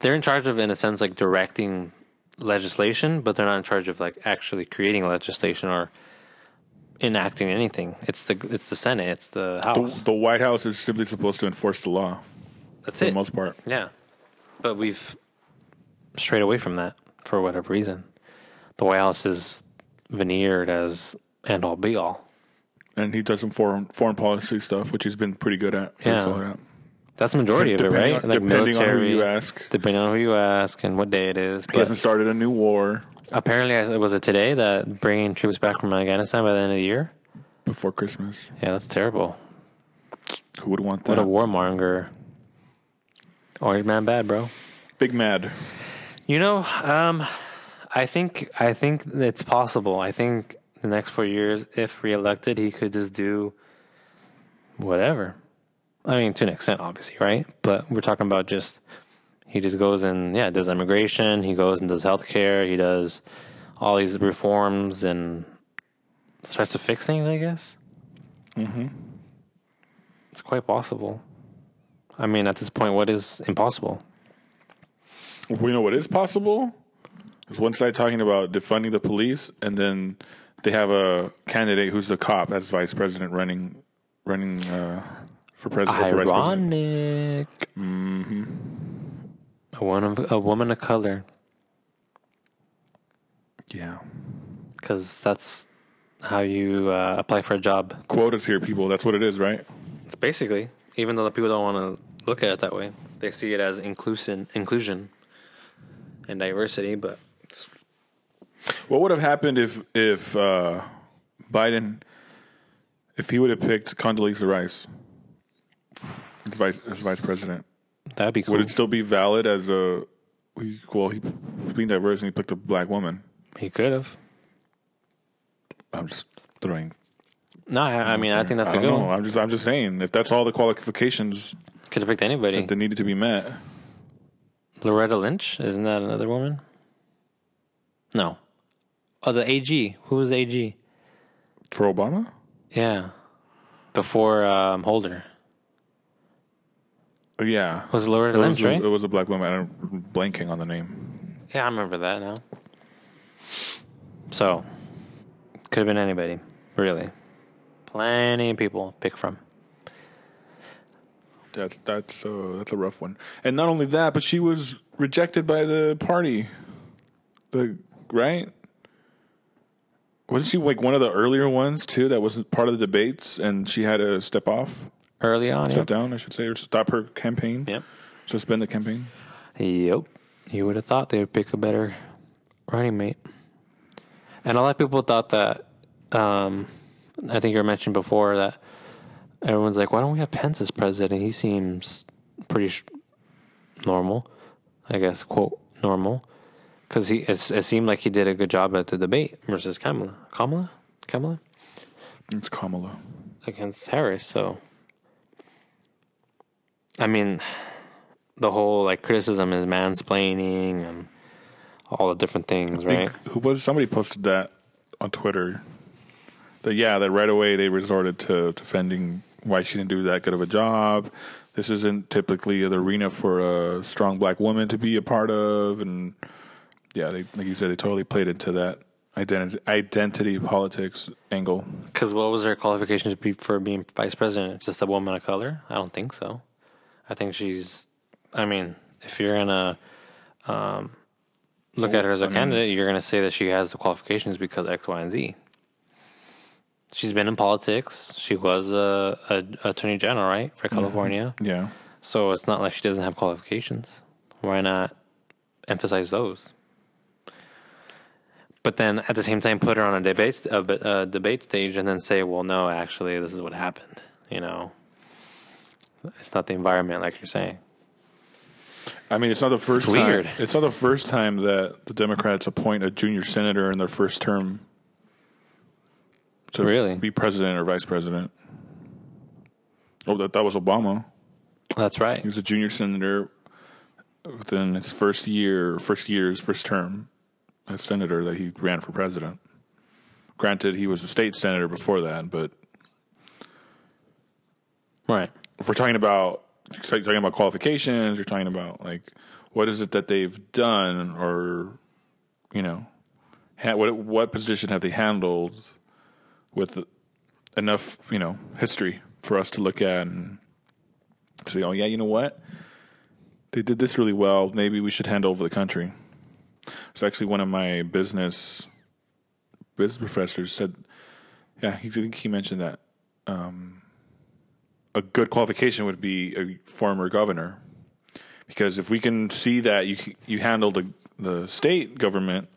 [SPEAKER 1] they're in charge of in a sense like directing legislation, but they're not in charge of like actually creating legislation or enacting anything. It's the it's the Senate. It's the House.
[SPEAKER 2] The, the White House is simply supposed to enforce the law
[SPEAKER 1] that's
[SPEAKER 2] for the
[SPEAKER 1] it.
[SPEAKER 2] most part.
[SPEAKER 1] Yeah. But we've strayed away from that for whatever reason. The White House is veneered as end all be all.
[SPEAKER 2] And he does some foreign foreign policy stuff, which he's been pretty good at. pretty
[SPEAKER 1] Yeah.
[SPEAKER 2] solid at.
[SPEAKER 1] That's the majority of it,
[SPEAKER 2] Depending,
[SPEAKER 1] right?
[SPEAKER 2] on, depending on who you ask.
[SPEAKER 1] Depending on who you ask and what day it is.
[SPEAKER 2] He
[SPEAKER 1] But
[SPEAKER 2] hasn't started a new war
[SPEAKER 1] apparently, I- was it today that bringing troops back from Afghanistan by the end of the year?
[SPEAKER 2] before Christmas.
[SPEAKER 1] Yeah, that's terrible.
[SPEAKER 2] Who would want
[SPEAKER 1] What a
[SPEAKER 2] that?
[SPEAKER 1] warmonger. Orange man bad, bro.
[SPEAKER 2] Big mad.
[SPEAKER 1] You know, um, I think I think it's possible. I think the next four years, if reelected, he could just do whatever. I mean, to an extent, obviously, right? But we're talking about just he just goes and yeah, does immigration. He goes and does healthcare. He does all these reforms and starts to fix things. I guess. Mm-hmm. It's quite possible. I mean, at this point, what is impossible?
[SPEAKER 2] We know what is possible. Is one side talking about defunding the police, and then they have a candidate who's the cop as vice president running, running uh, for president. for vice president.
[SPEAKER 1] Ironic. Mm-hmm. A woman, of, a woman of color,
[SPEAKER 2] Yeah.
[SPEAKER 1] because that's how you uh, apply for a job.
[SPEAKER 2] Quotas here, people. That's what it is, right?
[SPEAKER 1] It's basically, even though the people don't want to look at it that way, they see it as inclusion, inclusion, and diversity. But it's,
[SPEAKER 2] What would have happened if if uh, Biden, if he would have picked Condoleezza Rice as vice as vice president,
[SPEAKER 1] that'd be
[SPEAKER 2] would
[SPEAKER 1] cool.
[SPEAKER 2] it still be valid as a he- well? He being diverse and he picked a black woman.
[SPEAKER 1] He could have.
[SPEAKER 2] I'm just throwing.
[SPEAKER 1] No, I, I mean, I think that's
[SPEAKER 2] I
[SPEAKER 1] a
[SPEAKER 2] don't
[SPEAKER 1] good
[SPEAKER 2] know.
[SPEAKER 1] one.
[SPEAKER 2] I'm just I'm just saying if that's all the qualifications
[SPEAKER 1] Could have picked anybody.
[SPEAKER 2] that needed to be met.
[SPEAKER 1] Loretta Lynch, isn't that another woman? No. Oh, the AG. Who was the AG?
[SPEAKER 2] For Obama,
[SPEAKER 1] Yeah. Before um, Holder.
[SPEAKER 2] yeah,
[SPEAKER 1] Was it Loretta
[SPEAKER 2] it
[SPEAKER 1] Lynch,
[SPEAKER 2] was, a,
[SPEAKER 1] right?
[SPEAKER 2] it was a black woman. I'm blanking on the name.
[SPEAKER 1] Yeah, I remember that now. So, could have been anybody, really. Plenty of people to pick from.
[SPEAKER 2] That's that's uh, that's a rough one. And not only that, but she was rejected by the party. The right? Wasn't she like one of the earlier ones too that wasn't part of the debates and she had to step off,
[SPEAKER 1] Early on,
[SPEAKER 2] step
[SPEAKER 1] yep.
[SPEAKER 2] down, I should say, or stop her campaign.
[SPEAKER 1] Yep.
[SPEAKER 2] Suspend the campaign.
[SPEAKER 1] Yep. You would have thought they would pick a better running mate. And a lot of people thought that, um, I think you were mentioned before that everyone's like, why don't we have Pence as president? He seems pretty sh- normal, I guess, quote, normal. Because he it, it seemed like he did a good job at the debate versus Kamala. Kamala? Kamala?
[SPEAKER 2] It's Kamala.
[SPEAKER 1] against Harris. So, I mean, the whole like criticism is mansplaining and all the different things,
[SPEAKER 2] I
[SPEAKER 1] right?
[SPEAKER 2] think who was somebody posted that on Twitter. That yeah, that right away they resorted to defending why she didn't do that good of a job. This isn't typically the arena for a strong black woman to be a part of, and yeah, they like you said, they totally played into that identity identity politics angle.
[SPEAKER 1] Because what was her qualification to be for being vice president? Just a woman of color? I don't think so. I think she's. I mean, if you're gonna um, look at her as a candidate, you're gonna say that she has the qualifications because X, Y, and Z. She's been in politics. She was a, a attorney general, right, for California.
[SPEAKER 2] Yeah,
[SPEAKER 1] So it's not like she doesn't have qualifications. Why not emphasize those? But then at the same time, put her on a debate a, b- a debate stage and then say, "Well, no, actually, this is what happened." You know, it's not the environment like you're saying.
[SPEAKER 2] I mean it's not the first
[SPEAKER 1] It's
[SPEAKER 2] time.
[SPEAKER 1] weird.
[SPEAKER 2] It's not the first time that the Democrats appoint a junior senator in their first term to
[SPEAKER 1] Really?
[SPEAKER 2] be president or vice president. Oh, that that was Obama.
[SPEAKER 1] That's
[SPEAKER 2] He
[SPEAKER 1] right.
[SPEAKER 2] was a junior senator within his first year, first year's first term as senator that he ran for president. Granted, he was a state senator before that, but
[SPEAKER 1] Right.
[SPEAKER 2] if we're talking about you're talking about qualifications, you're talking about like what is it that they've done, or you know, ha- what what position have they handled with enough you know history for us to look at and say, oh yeah, you know what, they did this really well. Maybe we should hand over the country. It's actually one of my business business professors said, yeah, he he mentioned that a good qualification would be a former governor, because if we can see that you you handled the the state government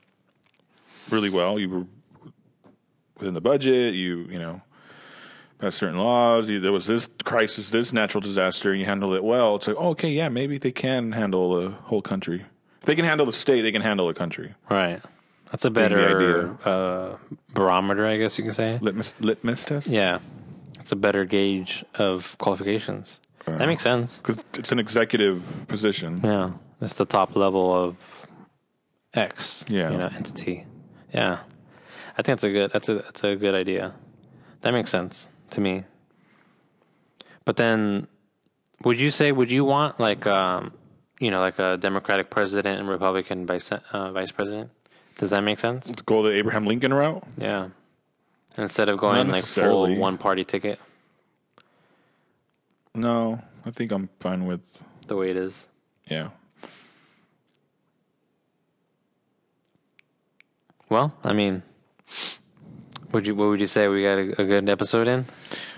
[SPEAKER 2] really well, you were within the budget, you you know passed certain laws. You, there was this crisis, this natural disaster, and you handled it well. It's like oh, okay, yeah, maybe they can handle the whole country. If they can handle the state, they can handle the country.
[SPEAKER 1] Right. That's a
[SPEAKER 2] the
[SPEAKER 1] better uh, barometer, I guess you can say.
[SPEAKER 2] Litmus litmus test.
[SPEAKER 1] Yeah, it's a better gauge of qualifications. that makes sense.
[SPEAKER 2] because it's an executive position.
[SPEAKER 1] Yeah, it's the top level of X.
[SPEAKER 2] Yeah.
[SPEAKER 1] you know, entity. Yeah, I think that's a good that's a that's a good idea. That makes sense to me. But then, would you say would you want like um you know like a Democratic president and Republican vice uh, vice president? Does that make sense?
[SPEAKER 2] Go the Abraham Lincoln route.
[SPEAKER 1] Yeah. Instead of going like full
[SPEAKER 2] necessarily.
[SPEAKER 1] one party ticket,
[SPEAKER 2] No, I think I'm fine with
[SPEAKER 1] the way it is.
[SPEAKER 2] yeah.
[SPEAKER 1] Well, I mean, would you what would you say we got a, a good episode in?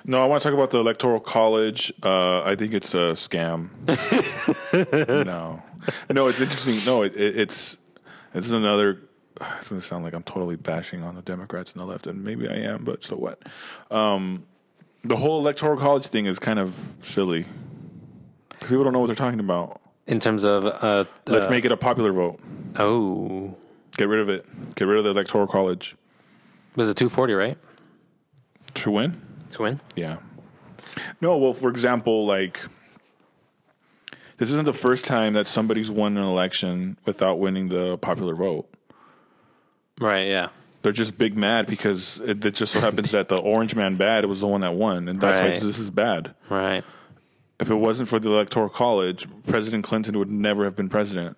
[SPEAKER 2] No, I want to talk about the electoral college. Uh, I think it's a scam. no, no, it's interesting. No, it, it, it's it's another. ah, It's going to sound like I'm totally bashing on the Democrats and the left, and maybe I am, but so what? Um, the whole electoral college thing is kind of silly because people don't know what they're talking about.
[SPEAKER 1] In terms of uh,
[SPEAKER 2] Let's
[SPEAKER 1] uh,
[SPEAKER 2] make it a popular vote.
[SPEAKER 1] Oh,
[SPEAKER 2] Get rid of it. Get rid of the electoral college
[SPEAKER 1] it was it 240, right?
[SPEAKER 2] to win.
[SPEAKER 1] To win?
[SPEAKER 2] Yeah. No, well, for example, like this isn't the first time that somebody's won an election without winning the popular vote.
[SPEAKER 1] Right, yeah.
[SPEAKER 2] They're just big mad because it, it just so happens that the orange man bad was the one that won, and that's why
[SPEAKER 1] Right.
[SPEAKER 2] this is bad.
[SPEAKER 1] Right.
[SPEAKER 2] If it wasn't for the electoral college, President Clinton would never have been president.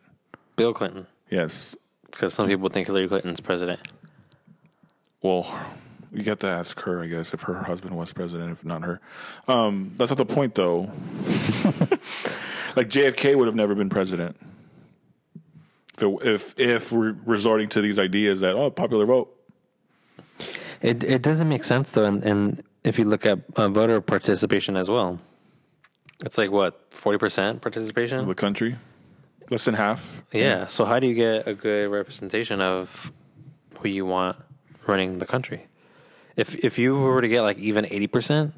[SPEAKER 1] Bill Clinton.
[SPEAKER 2] Yes.
[SPEAKER 1] Because some people think Hillary Clinton's president.
[SPEAKER 2] Well, you got to ask her, I guess, if her husband was president, if not her. Um, that's not the point, though. like JFK would have never been president if it- if if we're resorting to these ideas that oh, popular vote.
[SPEAKER 1] It it doesn't make sense, though. And, and if you look at uh, voter participation as well, it's like what, 40%
[SPEAKER 2] of
[SPEAKER 1] participation?
[SPEAKER 2] The country, less than half.
[SPEAKER 1] Yeah. So, how do you get a good representation of who you want running the country? If if you were to get like even 80%,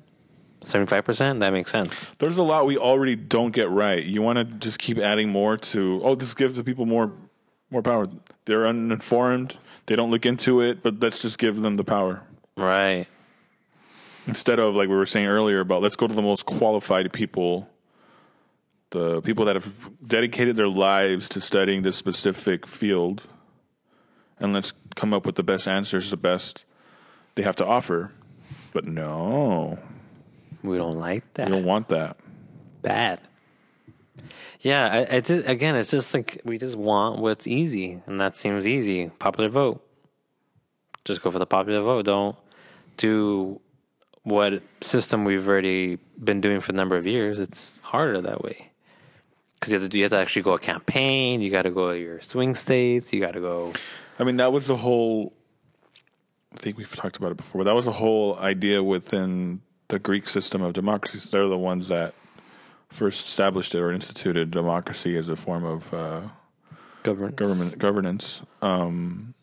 [SPEAKER 1] 75%, that makes sense.
[SPEAKER 2] There's a lot we already don't get right. You want to just keep adding more to oh, just give the people more more power. They're uninformed. They don't look into it, but let's just give them the power.
[SPEAKER 1] Right.
[SPEAKER 2] instead of like we were saying earlier about let's go to the most qualified people the people that have dedicated their lives to studying this specific field and let's come up with the best answers the best they have to offer but no
[SPEAKER 1] We don't like that.
[SPEAKER 2] you don't want that
[SPEAKER 1] bad. Yeah, I, I did, again, it's just like we just want what's easy, and that seems easy. Popular vote. Just go for the popular vote. Don't do what system we've already been doing for a number of years. It's harder that way because you have to do, you have to actually go a campaign. You got to go to your swing states. You got to go
[SPEAKER 2] i mean that was the whole i think we've talked about it before that was the whole idea within the greek system of democracy they're the ones that first established it or instituted democracy as a form of uh,
[SPEAKER 1] government.
[SPEAKER 2] government governance. Um,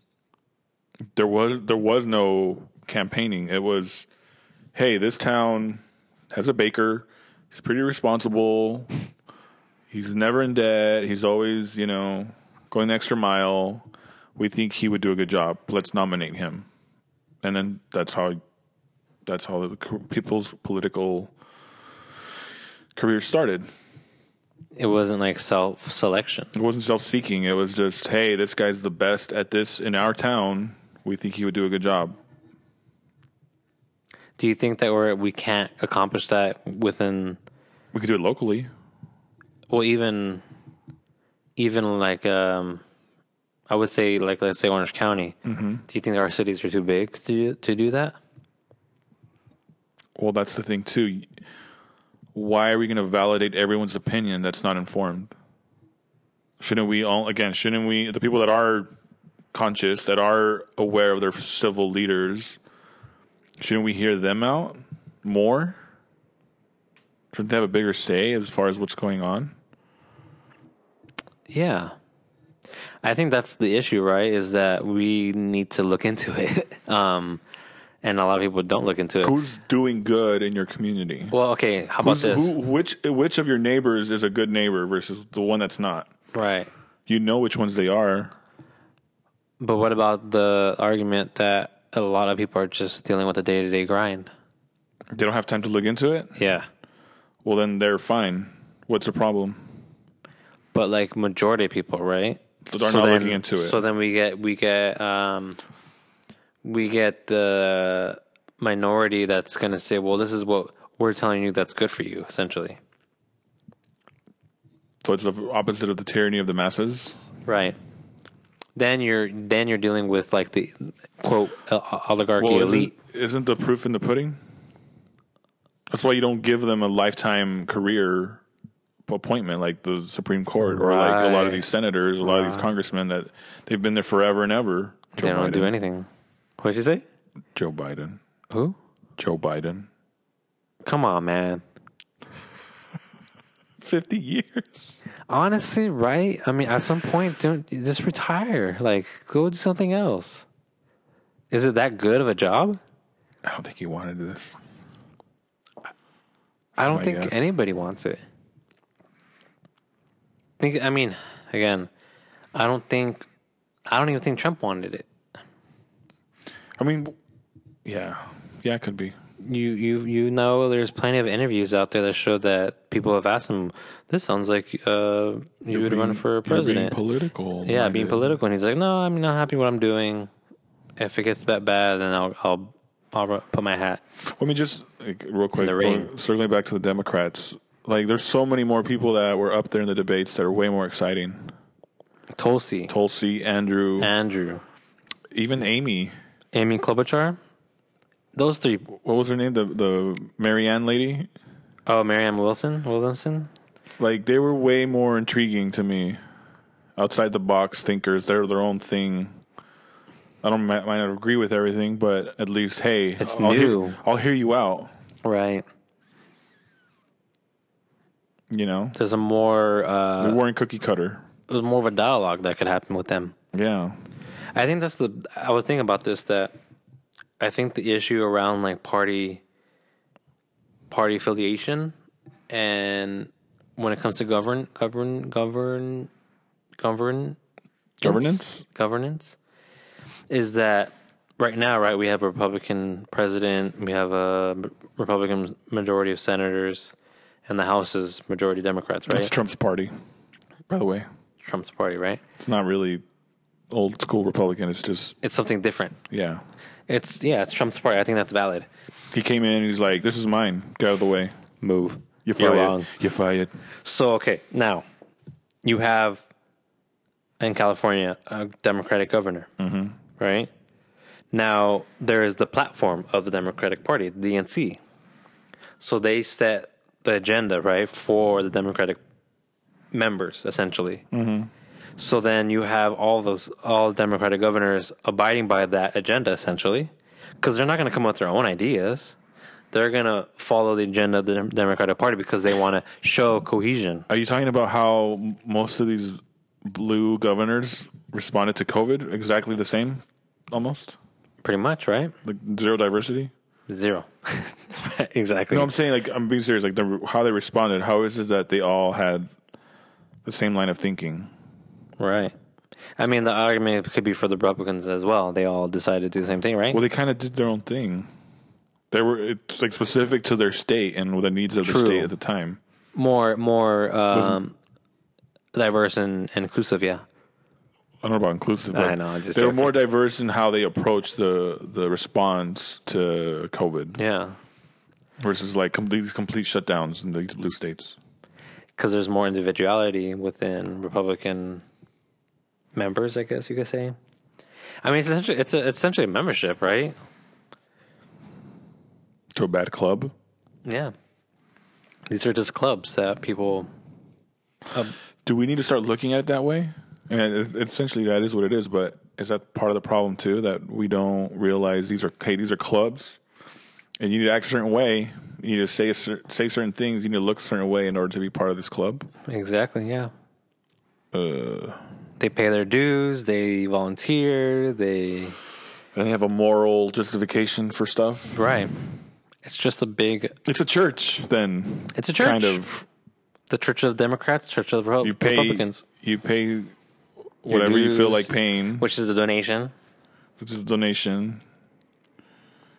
[SPEAKER 2] there was there was no campaigning. It was, hey, this town has a baker. He's pretty responsible. He's never in debt. He's always you know going the extra mile. We think he would do a good job. Let's nominate him, and then that's how that's how the c- people's political career started.
[SPEAKER 1] It wasn't like self selection.
[SPEAKER 2] It wasn't self seeking. It was just, hey, this guy's the best at this in our town. We think he would do a good job.
[SPEAKER 1] Do you think that we're we can't accomplish that within
[SPEAKER 2] We could do it locally.
[SPEAKER 1] well even even like um i would say like let's say orange county
[SPEAKER 2] Mm-hmm.
[SPEAKER 1] do you think our cities are too big to to do that
[SPEAKER 2] Well, that's the thing, too. Why are we going to validate everyone's opinion that's not informed? Shouldn't we all, again, shouldn't we, the people that are conscious, that are aware of their civil leaders, shouldn't we hear them out more? Shouldn't they have a bigger say as far as what's going on?
[SPEAKER 1] yeah i think that's the issue right is that we need to look into it um and a lot of people don't look into it
[SPEAKER 2] Who's doing good in your community?
[SPEAKER 1] well okay how about
[SPEAKER 2] Who's-
[SPEAKER 1] this
[SPEAKER 2] Who, which which of your neighbors is a good neighbor versus the one that's not?
[SPEAKER 1] right
[SPEAKER 2] You know which ones they are.
[SPEAKER 1] but what about the argument that a lot of people are just dealing with the day-to-day grind
[SPEAKER 2] They don't have time to look into it.
[SPEAKER 1] yeah
[SPEAKER 2] well then they're fine. What's the problem?
[SPEAKER 1] but like majority of people, right?
[SPEAKER 2] So they're not looking into it.
[SPEAKER 1] So then we get we get um, we get the minority that's going to say, "Well, this is what we're telling you that's good for you," essentially,
[SPEAKER 2] So it's the opposite of the tyranny of the masses.
[SPEAKER 1] right? Then you're then you're dealing with like the quote o- oligarchy
[SPEAKER 2] Well,
[SPEAKER 1] elite.
[SPEAKER 2] isn't, isn't the proof in the pudding? That's why you don't give them a lifetime career appointment like the Supreme Court or like a lot of
[SPEAKER 1] Right.
[SPEAKER 2] these senators, a lot of these congressmen that they've been there forever and ever. Joe
[SPEAKER 1] They don't
[SPEAKER 2] Biden.
[SPEAKER 1] do anything. What'd you say?
[SPEAKER 2] Joe Biden.
[SPEAKER 1] Who?
[SPEAKER 2] Joe Biden.
[SPEAKER 1] Come on, man.
[SPEAKER 2] 50 years.
[SPEAKER 1] Honestly, right? I mean, at some point, don't just retire. Like, go do something else. Is it that good of a job?
[SPEAKER 2] I don't think he wanted this.
[SPEAKER 1] I don't
[SPEAKER 2] my
[SPEAKER 1] think
[SPEAKER 2] guess.
[SPEAKER 1] anybody wants it. Think I mean, again, I don't think I don't even think Trump wanted it.
[SPEAKER 2] I mean, yeah. Yeah, it could be.
[SPEAKER 1] You you you know there's plenty of interviews out there that show that people have asked him, This sounds like uh you would run for
[SPEAKER 2] Being
[SPEAKER 1] president.
[SPEAKER 2] political.
[SPEAKER 1] yeah, being
[SPEAKER 2] minded.
[SPEAKER 1] political and he's like, No, I'm not happy what I'm doing. If it gets that bad then I'll I'll I'll ru- put my hat.
[SPEAKER 2] Let me just like, real quick,
[SPEAKER 1] the
[SPEAKER 2] going-
[SPEAKER 1] rain.
[SPEAKER 2] circling back to the Democrats. Like, there's so many more people that were up there in the debates that are way more exciting.
[SPEAKER 1] Tulsi.
[SPEAKER 2] Tulsi, Andrew,
[SPEAKER 1] Andrew.
[SPEAKER 2] even Amy.
[SPEAKER 1] Amy Klobuchar. Those three
[SPEAKER 2] What was her name? The the Marianne lady.
[SPEAKER 1] Oh, Marianne Wilson Williamson?
[SPEAKER 2] Like, they were way more intriguing to me. Outside the box thinkers, they're their own thing. I don't might might not agree with everything, but at least hey,
[SPEAKER 1] It's
[SPEAKER 2] I'll
[SPEAKER 1] new.
[SPEAKER 2] Hear, I'll hear you out.
[SPEAKER 1] Right.
[SPEAKER 2] You know,
[SPEAKER 1] there's a more uh
[SPEAKER 2] they weren't cookie cutter.
[SPEAKER 1] there's more of a dialogue that could happen with them.
[SPEAKER 2] Yeah,
[SPEAKER 1] I think that's the I was thinking about this that I think the issue around like party party affiliation and when it comes to govern govern govern govern
[SPEAKER 2] governance.
[SPEAKER 1] governance is that right now, right? We have a Republican president, we have a Republican majority of senators, and the House is majority Democrats, right?
[SPEAKER 2] It's Trump's party, by the way.
[SPEAKER 1] Trump's party, right?
[SPEAKER 2] It's not really old school Republican. It's just
[SPEAKER 1] It's something different.
[SPEAKER 2] yeah.
[SPEAKER 1] It's yeah, it's Trump's party. I think that's valid.
[SPEAKER 2] He came in. He's like, "This is mine. Get out of the way.
[SPEAKER 1] Move.
[SPEAKER 2] You're
[SPEAKER 1] You're
[SPEAKER 2] fired.
[SPEAKER 1] wrong.
[SPEAKER 2] You're fired."
[SPEAKER 1] So okay, now you have in California a Democratic governor, mm-hmm. right? Now there is the platform of the Democratic Party, the DNC. So they set the agenda right for the Democratic members, essentially. Mm-hmm. So then you have all those all Democratic governors abiding by that agenda, essentially, because they're not going to come up with their own ideas. They're going to follow the agenda of the Dem- Democratic Party because they want to show cohesion.
[SPEAKER 2] Are you talking about how m- most of these blue governors responded to COVID exactly the same, almost
[SPEAKER 1] Pretty much, right?
[SPEAKER 2] like zero diversity?
[SPEAKER 1] Zero. exactly.
[SPEAKER 2] No, I'm saying like I'm being serious. Like the, how they responded. How is it that they all had the same line of thinking?
[SPEAKER 1] right. I mean, the argument could be for the Republicans as well. They all decided to do the same thing, right?
[SPEAKER 2] Well, they kind of did their own thing. They were it's like specific to their state and the needs of the
[SPEAKER 1] True.
[SPEAKER 2] state at the time.
[SPEAKER 1] more, more um, diverse and, and inclusive. Yeah.
[SPEAKER 2] I don't know about inclusive. But
[SPEAKER 1] I know, I'm just
[SPEAKER 2] they were
[SPEAKER 1] joking.
[SPEAKER 2] more diverse in how they approached the the response to COVID
[SPEAKER 1] Yeah.
[SPEAKER 2] versus like com- these complete shutdowns in these blue states.
[SPEAKER 1] Because there's more individuality within Republican members, I guess you could say. I mean, it's essentially it's, a, it's essentially a membership, right?
[SPEAKER 2] To a bad club.
[SPEAKER 1] Yeah. These are just clubs that people.
[SPEAKER 2] Do we need to start looking at it that way? And it, essentially, that is what it is. But is that part of the problem too that we don't realize these are hey these are clubs, and you need to act a certain way. You need to say a cer- say certain things. You need to look a certain way in order to be part of this club.
[SPEAKER 1] Exactly. Yeah. Uh.
[SPEAKER 2] Uh.
[SPEAKER 1] They pay their dues. They volunteer. They
[SPEAKER 2] And they have a moral justification for stuff.
[SPEAKER 1] Right. It's just a big.
[SPEAKER 2] It's a church then.
[SPEAKER 1] It's a church.
[SPEAKER 2] Kind of
[SPEAKER 1] The Church of Democrats, Church of Repu-
[SPEAKER 2] you pay
[SPEAKER 1] Republicans,
[SPEAKER 2] you pay whatever you feel
[SPEAKER 1] dues.
[SPEAKER 2] like paying
[SPEAKER 1] which is the donation.
[SPEAKER 2] which is a donation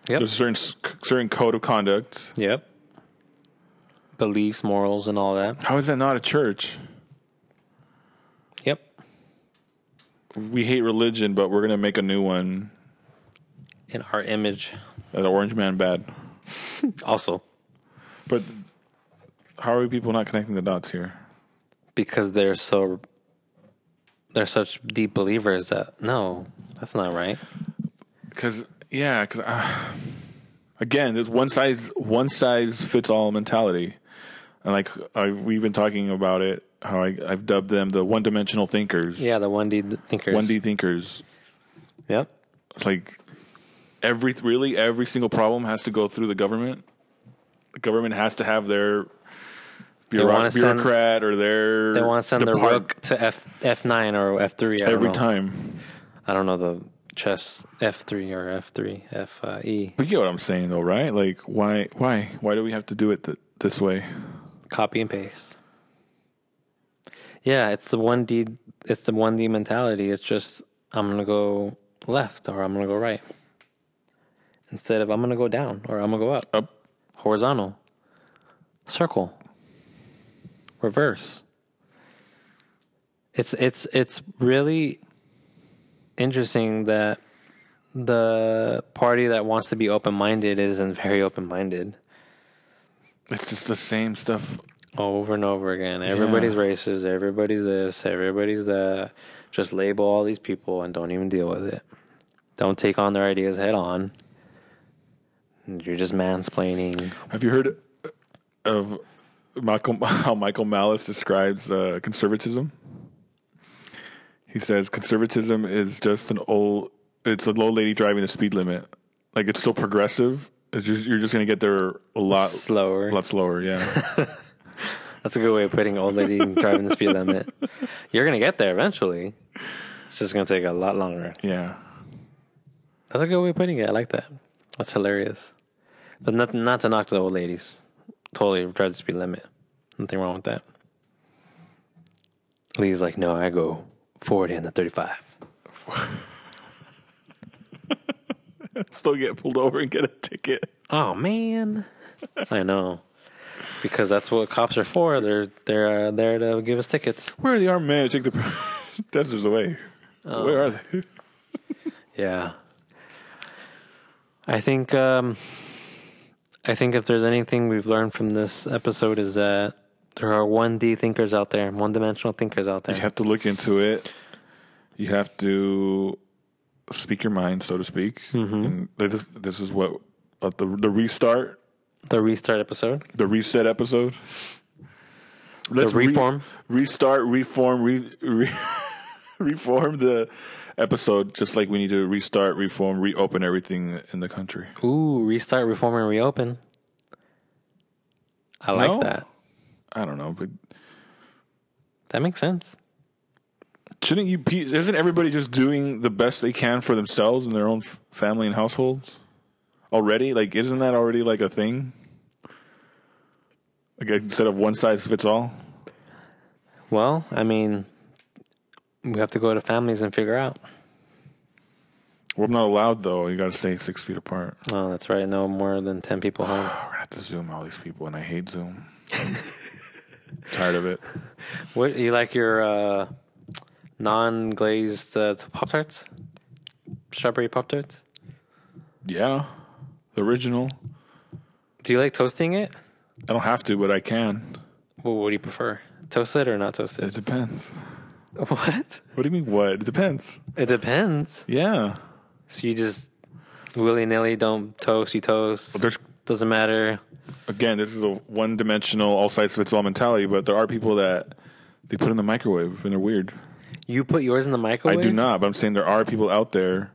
[SPEAKER 1] Yep.
[SPEAKER 2] there's a certain certain code of conduct
[SPEAKER 1] Yep. beliefs, morals, and all that.
[SPEAKER 2] How is that not a church?
[SPEAKER 1] Yep.
[SPEAKER 2] We hate religion, but we're gonna make a new one.
[SPEAKER 1] In our image,
[SPEAKER 2] Uh, The Orange Man bad,
[SPEAKER 1] also
[SPEAKER 2] but how are people not connecting the dots here?
[SPEAKER 1] because they're so they're such deep believers that no, that's not right.
[SPEAKER 2] Because yeah, because again, there's one size one size fits all mentality, and like I've, we've been talking about it, how I, I've dubbed them the one dimensional thinkers.
[SPEAKER 1] Yeah, the one D thinkers.
[SPEAKER 2] one D thinkers.
[SPEAKER 1] Yep.
[SPEAKER 2] It's like every really every single problem has to go through the government. The government has to have their bureau-
[SPEAKER 1] wanna send-
[SPEAKER 2] bureaucrat or their
[SPEAKER 1] They want to send
[SPEAKER 2] depart-
[SPEAKER 1] their rook to F F nine or F three.
[SPEAKER 2] every
[SPEAKER 1] know.
[SPEAKER 2] time.
[SPEAKER 1] I don't know the chess F three or F three F uh, E
[SPEAKER 2] But you get what I'm saying, though, right? Like, why, why, why do we have to do it th- this way?
[SPEAKER 1] copy and paste. Yeah, it's the one D. It's the one D mentality. It's just I'm gonna go left or I'm gonna go right instead of I'm gonna go down or I'm gonna go up.
[SPEAKER 2] Up,
[SPEAKER 1] horizontal, circle, reverse. It's it's it's really interesting that the party that wants to be open minded isn't very open minded.
[SPEAKER 2] it's just the same stuff
[SPEAKER 1] Over and over again. Everybody's racist, everybody's this, everybody's that. Just label all these people and don't even deal with it. Don't take on their ideas head on. You're just mansplaining.
[SPEAKER 2] Have you heard of Michael, how Michael Malice describes uh, conservatism? He says conservatism is just an old, it's an old lady driving the speed limit. Like it's still progressive. It's just you're just gonna get there a lot,
[SPEAKER 1] Slower.
[SPEAKER 2] a lot slower. Yeah,
[SPEAKER 1] That's a good way of putting old lady driving the speed limit. You're gonna get there eventually. It's just gonna take a lot longer.
[SPEAKER 2] yeah.
[SPEAKER 1] That's a good way of putting it. I like that. That's hilarious. But not not to knock the old ladies. Totally drive the speed limit. Nothing wrong with that. Lee's like, no, I go forty and the thirty-five.
[SPEAKER 2] Still get pulled over and get a ticket.
[SPEAKER 1] Oh man, I know. Because that's what cops are for. They're they're uh, there to give us tickets.
[SPEAKER 2] Where are the armed men? Take the testers away.
[SPEAKER 1] Um,
[SPEAKER 2] Where are they?
[SPEAKER 1] Yeah. I think um I think if there's anything we've learned from this episode is that there are 1D thinkers out there, one-dimensional thinkers out there.
[SPEAKER 2] You have to look into it. You have to speak your mind, so to speak. And this, this is what uh, the the restart,
[SPEAKER 1] The restart episode,
[SPEAKER 2] the reset episode. Let's
[SPEAKER 1] the
[SPEAKER 2] re-
[SPEAKER 1] reform.
[SPEAKER 2] restart, reform, re, re, reform the episode. Just like we need to restart, reform, reopen everything in the country.
[SPEAKER 1] Ooh, restart, reform, and reopen. I like
[SPEAKER 2] No.
[SPEAKER 1] that.
[SPEAKER 2] I don't know, but
[SPEAKER 1] That makes sense.
[SPEAKER 2] shouldn't you? pe- Isn't everybody just doing the best they can for themselves and their own f- family and households already? Like, isn't that already like a thing? Like instead of one size fits all.
[SPEAKER 1] Well, I mean, we have to go to families and figure out.
[SPEAKER 2] Well, I'm not allowed though. You got to stay six feet apart.
[SPEAKER 1] Oh, that's right. No more than 10 people home.
[SPEAKER 2] Oh, we're gonna have to Zoom all these people, and I hate Zoom. Tired of it.
[SPEAKER 1] What you like your uh, non-glazed uh, pop tarts? Strawberry pop tarts?
[SPEAKER 2] Yeah, the original.
[SPEAKER 1] Do you like toasting it?
[SPEAKER 2] I don't have to, but I can.
[SPEAKER 1] Well, what do you prefer? Toasted or not
[SPEAKER 2] It
[SPEAKER 1] toasted?
[SPEAKER 2] depends.
[SPEAKER 1] What?
[SPEAKER 2] What do you mean? What? It depends.
[SPEAKER 1] It depends.
[SPEAKER 2] Yeah.
[SPEAKER 1] So you just willy nilly don't toast. You toast.
[SPEAKER 2] There's
[SPEAKER 1] Doesn't matter.
[SPEAKER 2] again, this is a one dimensional, all size fits all mentality, but there are people that they put in the microwave and they're weird.
[SPEAKER 1] You put yours in the
[SPEAKER 2] I
[SPEAKER 1] microwave.
[SPEAKER 2] do not, but I'm saying there are people out there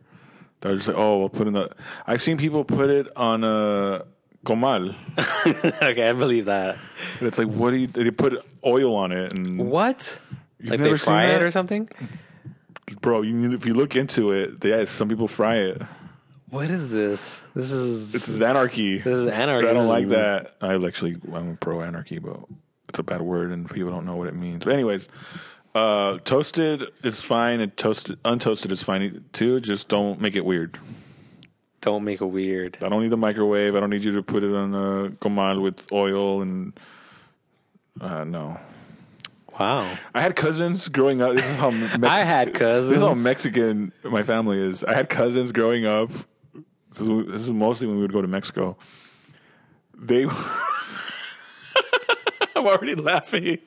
[SPEAKER 2] that are just like, oh, we'll put in the. I've seen people put it on a comal.
[SPEAKER 1] okay, I believe that.
[SPEAKER 2] And it's like, what do you. They put oil on it. And,
[SPEAKER 1] What? like
[SPEAKER 2] never
[SPEAKER 1] they
[SPEAKER 2] seen
[SPEAKER 1] fry
[SPEAKER 2] that?
[SPEAKER 1] it or something?
[SPEAKER 2] bro, you, need- if you look into it, they, yeah, some people fry it.
[SPEAKER 1] What is this? This is
[SPEAKER 2] This is anarchy.
[SPEAKER 1] this is anarchy.
[SPEAKER 2] I
[SPEAKER 1] This
[SPEAKER 2] don't
[SPEAKER 1] is-
[SPEAKER 2] like that. I actually I'm pro anarchy, but it's a bad word and people don't know what it means. But anyways, uh, toasted is fine and toasted untoasted is fine too. Just don't make it weird.
[SPEAKER 1] Don't make it weird.
[SPEAKER 2] I don't need the microwave. I don't need you to put it on a comal with oil and Uh, no,
[SPEAKER 1] Wow.
[SPEAKER 2] I had cousins growing up. This is how Mex-
[SPEAKER 1] I had
[SPEAKER 2] This is how
[SPEAKER 1] cousins.
[SPEAKER 2] Mexican my family is. I had cousins growing up. This is- this is mostly when we would go to Mexico. They. I'm already laughing.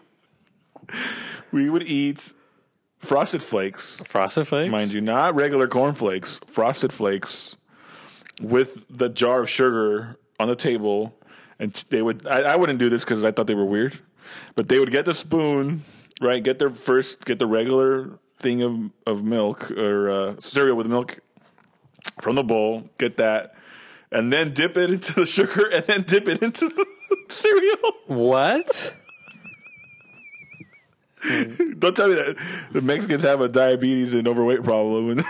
[SPEAKER 2] We would eat frosted flakes,
[SPEAKER 1] Frosted Flakes?
[SPEAKER 2] mind you, not regular cornflakes, frosted flakes with the jar of sugar on the table. And t- they would, I, I wouldn't do this because I thought they were weird, but they would get the spoon, right? Get their first, get the regular thing of, of milk or uh, cereal with milk from the bowl, get that, and then dip it into the sugar and then dip it into the cereal.
[SPEAKER 1] What?
[SPEAKER 2] Don't tell me that the Mexicans have a diabetes and overweight problem.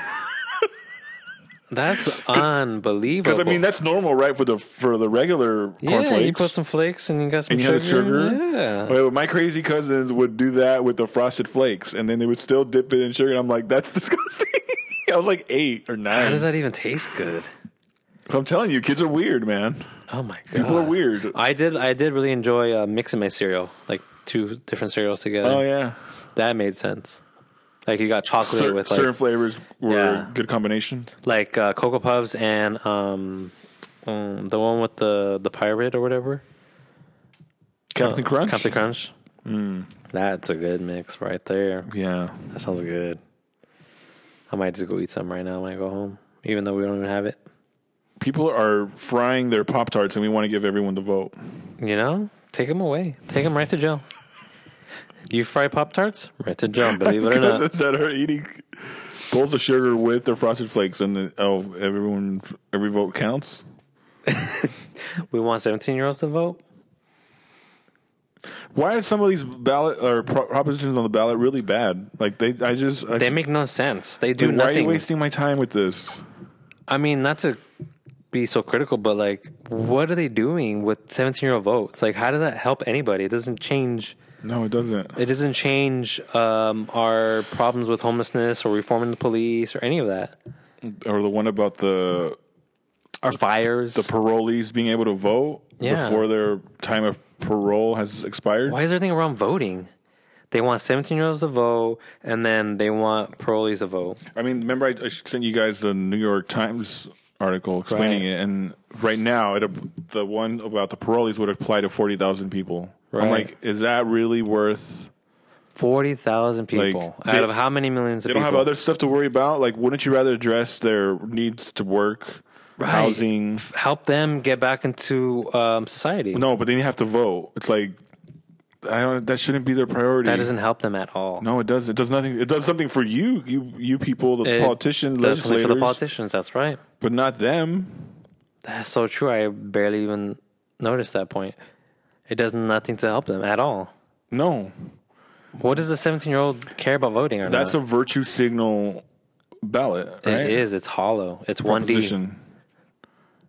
[SPEAKER 1] That's unbelievable.
[SPEAKER 2] Because I mean that's normal, right? For the for the regular
[SPEAKER 1] yeah,
[SPEAKER 2] cornflakes.
[SPEAKER 1] you put some flakes and you got some
[SPEAKER 2] and you
[SPEAKER 1] sugar.
[SPEAKER 2] had the sugar.
[SPEAKER 1] Yeah.
[SPEAKER 2] Well, my crazy cousins would do that with the frosted flakes, and then they would still dip it in sugar. And I'm like, that's disgusting. I was like eight or
[SPEAKER 1] How
[SPEAKER 2] nine.
[SPEAKER 1] does that even taste good?
[SPEAKER 2] so I'm telling you, kids are weird, man.
[SPEAKER 1] Oh my god.
[SPEAKER 2] People are weird.
[SPEAKER 1] I did I did really enjoy uh, mixing my cereal, like two different cereals together.
[SPEAKER 2] oh yeah,
[SPEAKER 1] That made sense. Like you got chocolate
[SPEAKER 2] Cer-
[SPEAKER 1] with like
[SPEAKER 2] certain flavors were
[SPEAKER 1] Yeah.
[SPEAKER 2] a good combination.
[SPEAKER 1] like uh, Cocoa Puffs and um, um, the one with the the pirate or whatever.
[SPEAKER 2] Captain Crunch. Mm.
[SPEAKER 1] Captain Crunch. That's a good mix right there.
[SPEAKER 2] Yeah,
[SPEAKER 1] That sounds good. I might just go eat some right now when I go home, even though we don't even have it.
[SPEAKER 2] people are frying their pop tarts, and we want to give everyone the vote.
[SPEAKER 1] You know, take them away. Take them right to jail. You fry Pop Tarts? Right to jail, believe it or not.
[SPEAKER 2] Cousins that are eating bowls of sugar with the frosted flakes, and the, oh, everyone, every vote counts.
[SPEAKER 1] We want 17 year olds to vote.
[SPEAKER 2] Why are some of these ballot or pro- propositions on the ballot really bad? Like they, I just, I,
[SPEAKER 1] They make no sense. They do
[SPEAKER 2] why are you
[SPEAKER 1] nothing.
[SPEAKER 2] wasting my time with this?
[SPEAKER 1] I mean, not to be so critical, but like, what are they doing with 17 year old votes? Like, how does that help anybody? It doesn't change.
[SPEAKER 2] No, it doesn't.
[SPEAKER 1] It doesn't change um, our problems with homelessness or reforming the police or any of that.
[SPEAKER 2] Or the one about the
[SPEAKER 1] Our fires.
[SPEAKER 2] parolees being able to vote
[SPEAKER 1] Yeah.
[SPEAKER 2] before their time of parole has expired.
[SPEAKER 1] Why is there anything around voting? They want 17 year olds to vote, and then they want parolees to vote.
[SPEAKER 2] I mean, remember I, I sent you guys the New York Times article explaining
[SPEAKER 1] Right.
[SPEAKER 2] it, and right now it the one about the parolees would apply to forty thousand people. I'm
[SPEAKER 1] Right.
[SPEAKER 2] like, is that really worth?
[SPEAKER 1] 40,000 people.
[SPEAKER 2] Like,
[SPEAKER 1] out
[SPEAKER 2] they-
[SPEAKER 1] of how many millions of
[SPEAKER 2] They don't
[SPEAKER 1] people?
[SPEAKER 2] have other stuff to worry about. Like, wouldn't you rather address their needs to work, housing?
[SPEAKER 1] Help them get back into um, society.
[SPEAKER 2] No, but then you have to vote. It's like I don't. That shouldn't be their priority.
[SPEAKER 1] That doesn't help them at all.
[SPEAKER 2] no, it does. It does nothing. It does something for you, you, you people, the
[SPEAKER 1] It
[SPEAKER 2] politicians,
[SPEAKER 1] does something
[SPEAKER 2] legislators,
[SPEAKER 1] for the politicians. That's right.
[SPEAKER 2] but not them.
[SPEAKER 1] That's so true. I barely even noticed that point. It does nothing to help them at all.
[SPEAKER 2] No,
[SPEAKER 1] What does the 17 year old care about voting or
[SPEAKER 2] that's
[SPEAKER 1] not?
[SPEAKER 2] a virtue signal ballot. Right?
[SPEAKER 1] It is. It's hollow. It's 1D.
[SPEAKER 2] Proposition.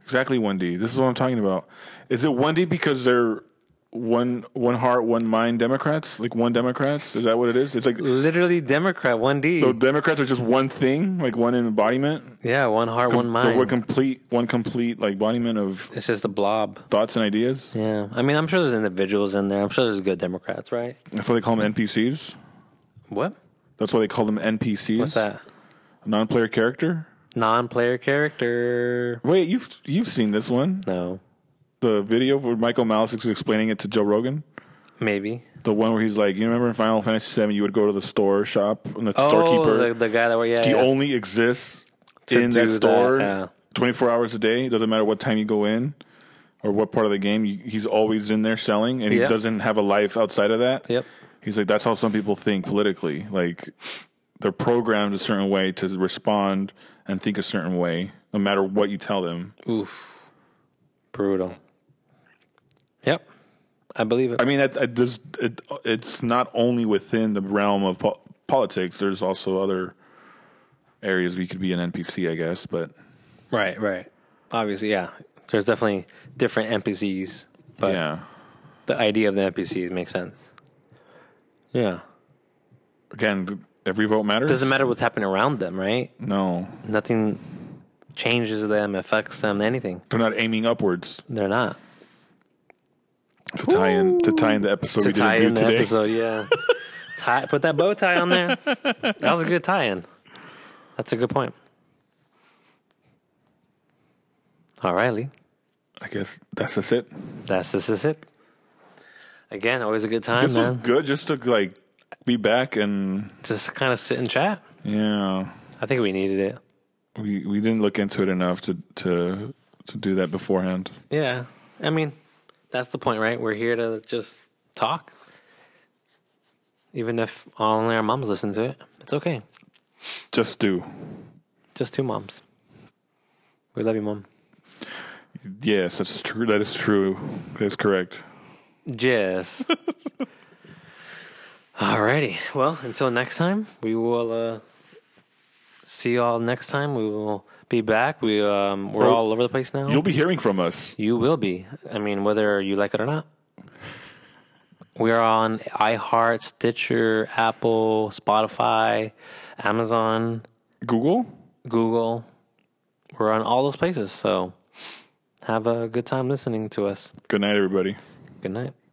[SPEAKER 2] Exactly one D. This is what I'm talking about. Is it one D because they're one one heart, one mind Democrats? Like one Democrats? Is that what it is? It's like
[SPEAKER 1] Literally Democrat, 1D.
[SPEAKER 2] So Democrats are just one thing, like one embodiment.
[SPEAKER 1] yeah, one heart, one
[SPEAKER 2] They're one
[SPEAKER 1] mind.
[SPEAKER 2] complete, one complete, like embodiment of
[SPEAKER 1] It's just a blob.
[SPEAKER 2] thoughts and ideas.
[SPEAKER 1] Yeah. I mean, I'm sure there's individuals in there. I'm sure there's good Democrats, right?
[SPEAKER 2] That's why they call them NPCs.
[SPEAKER 1] What?
[SPEAKER 2] That's why they call them NPCs.
[SPEAKER 1] What's that?
[SPEAKER 2] Non-player character.
[SPEAKER 1] Non player character.
[SPEAKER 2] Wait, you've you've seen this one?
[SPEAKER 1] No.
[SPEAKER 2] The video where Michael Malice is explaining it to Joe Rogan.
[SPEAKER 1] Maybe.
[SPEAKER 2] The one where he's like, you remember in Final Fantasy VII, you would go to the store shop and the
[SPEAKER 1] Oh,
[SPEAKER 2] storekeeper.
[SPEAKER 1] the, the guy that we yeah.
[SPEAKER 2] he
[SPEAKER 1] yeah.
[SPEAKER 2] only exists
[SPEAKER 1] To
[SPEAKER 2] in
[SPEAKER 1] do
[SPEAKER 2] that
[SPEAKER 1] that,
[SPEAKER 2] store
[SPEAKER 1] yeah.
[SPEAKER 2] 24 hours a day. It doesn't matter what time you go in or what part of the game. you- He's always in there selling and
[SPEAKER 1] Yeah.
[SPEAKER 2] he doesn't have a life outside of that.
[SPEAKER 1] Yep.
[SPEAKER 2] He's like, that's how some people think politically. Like, they're programmed a certain way to respond and think a certain way, no matter what you tell them.
[SPEAKER 1] Oof. Brutal. Yep. I believe it.
[SPEAKER 2] I mean, that, I just, it, it's not only within the realm of po- politics, there's also other areas we could be an NPC, I guess, but.
[SPEAKER 1] right, right. Obviously, yeah. There's definitely different NPCs, but
[SPEAKER 2] Yeah.
[SPEAKER 1] the idea of the NPCs makes sense. Yeah.
[SPEAKER 2] Again, th- every vote matters.
[SPEAKER 1] Doesn't matter what's happening around them, right?
[SPEAKER 2] No,
[SPEAKER 1] Nothing changes them, affects them, anything.
[SPEAKER 2] they're not aiming upwards.
[SPEAKER 1] They're not.
[SPEAKER 2] to tie in to tie in the episode
[SPEAKER 1] to
[SPEAKER 2] we
[SPEAKER 1] tie in
[SPEAKER 2] didn't do
[SPEAKER 1] the
[SPEAKER 2] today.
[SPEAKER 1] episode. Yeah, tie, put that bow tie on there. That was a good tie-in. That's a good point. All right, Lee.
[SPEAKER 2] I guess that's just it.
[SPEAKER 1] That's this is it. Again, always a good time,
[SPEAKER 2] This was
[SPEAKER 1] man.
[SPEAKER 2] good just to like be back and
[SPEAKER 1] Just kind of sit and chat.
[SPEAKER 2] yeah.
[SPEAKER 1] I think we needed it.
[SPEAKER 2] We we didn't look into it enough to to to do that beforehand.
[SPEAKER 1] Yeah, I mean, that's the point, right? We're here to just talk. Even if only our moms listen to it, it's okay.
[SPEAKER 2] Just do.
[SPEAKER 1] Just two moms. We love you, mom.
[SPEAKER 2] Yes, that's true. That is true. That is correct.
[SPEAKER 1] Yes. Alrighty. Well, until next time, we will uh, see you all next time. We will be back. We um, we're
[SPEAKER 2] Oh,
[SPEAKER 1] all over the place now.
[SPEAKER 2] You'll be hearing from us.
[SPEAKER 1] You will be. I mean, whether you like it or not. We are on iHeart, Stitcher, Apple, Spotify, Amazon,
[SPEAKER 2] Google.
[SPEAKER 1] Google. We're on all those places. So have a good time listening to us.
[SPEAKER 2] Good night, everybody.
[SPEAKER 1] Good night.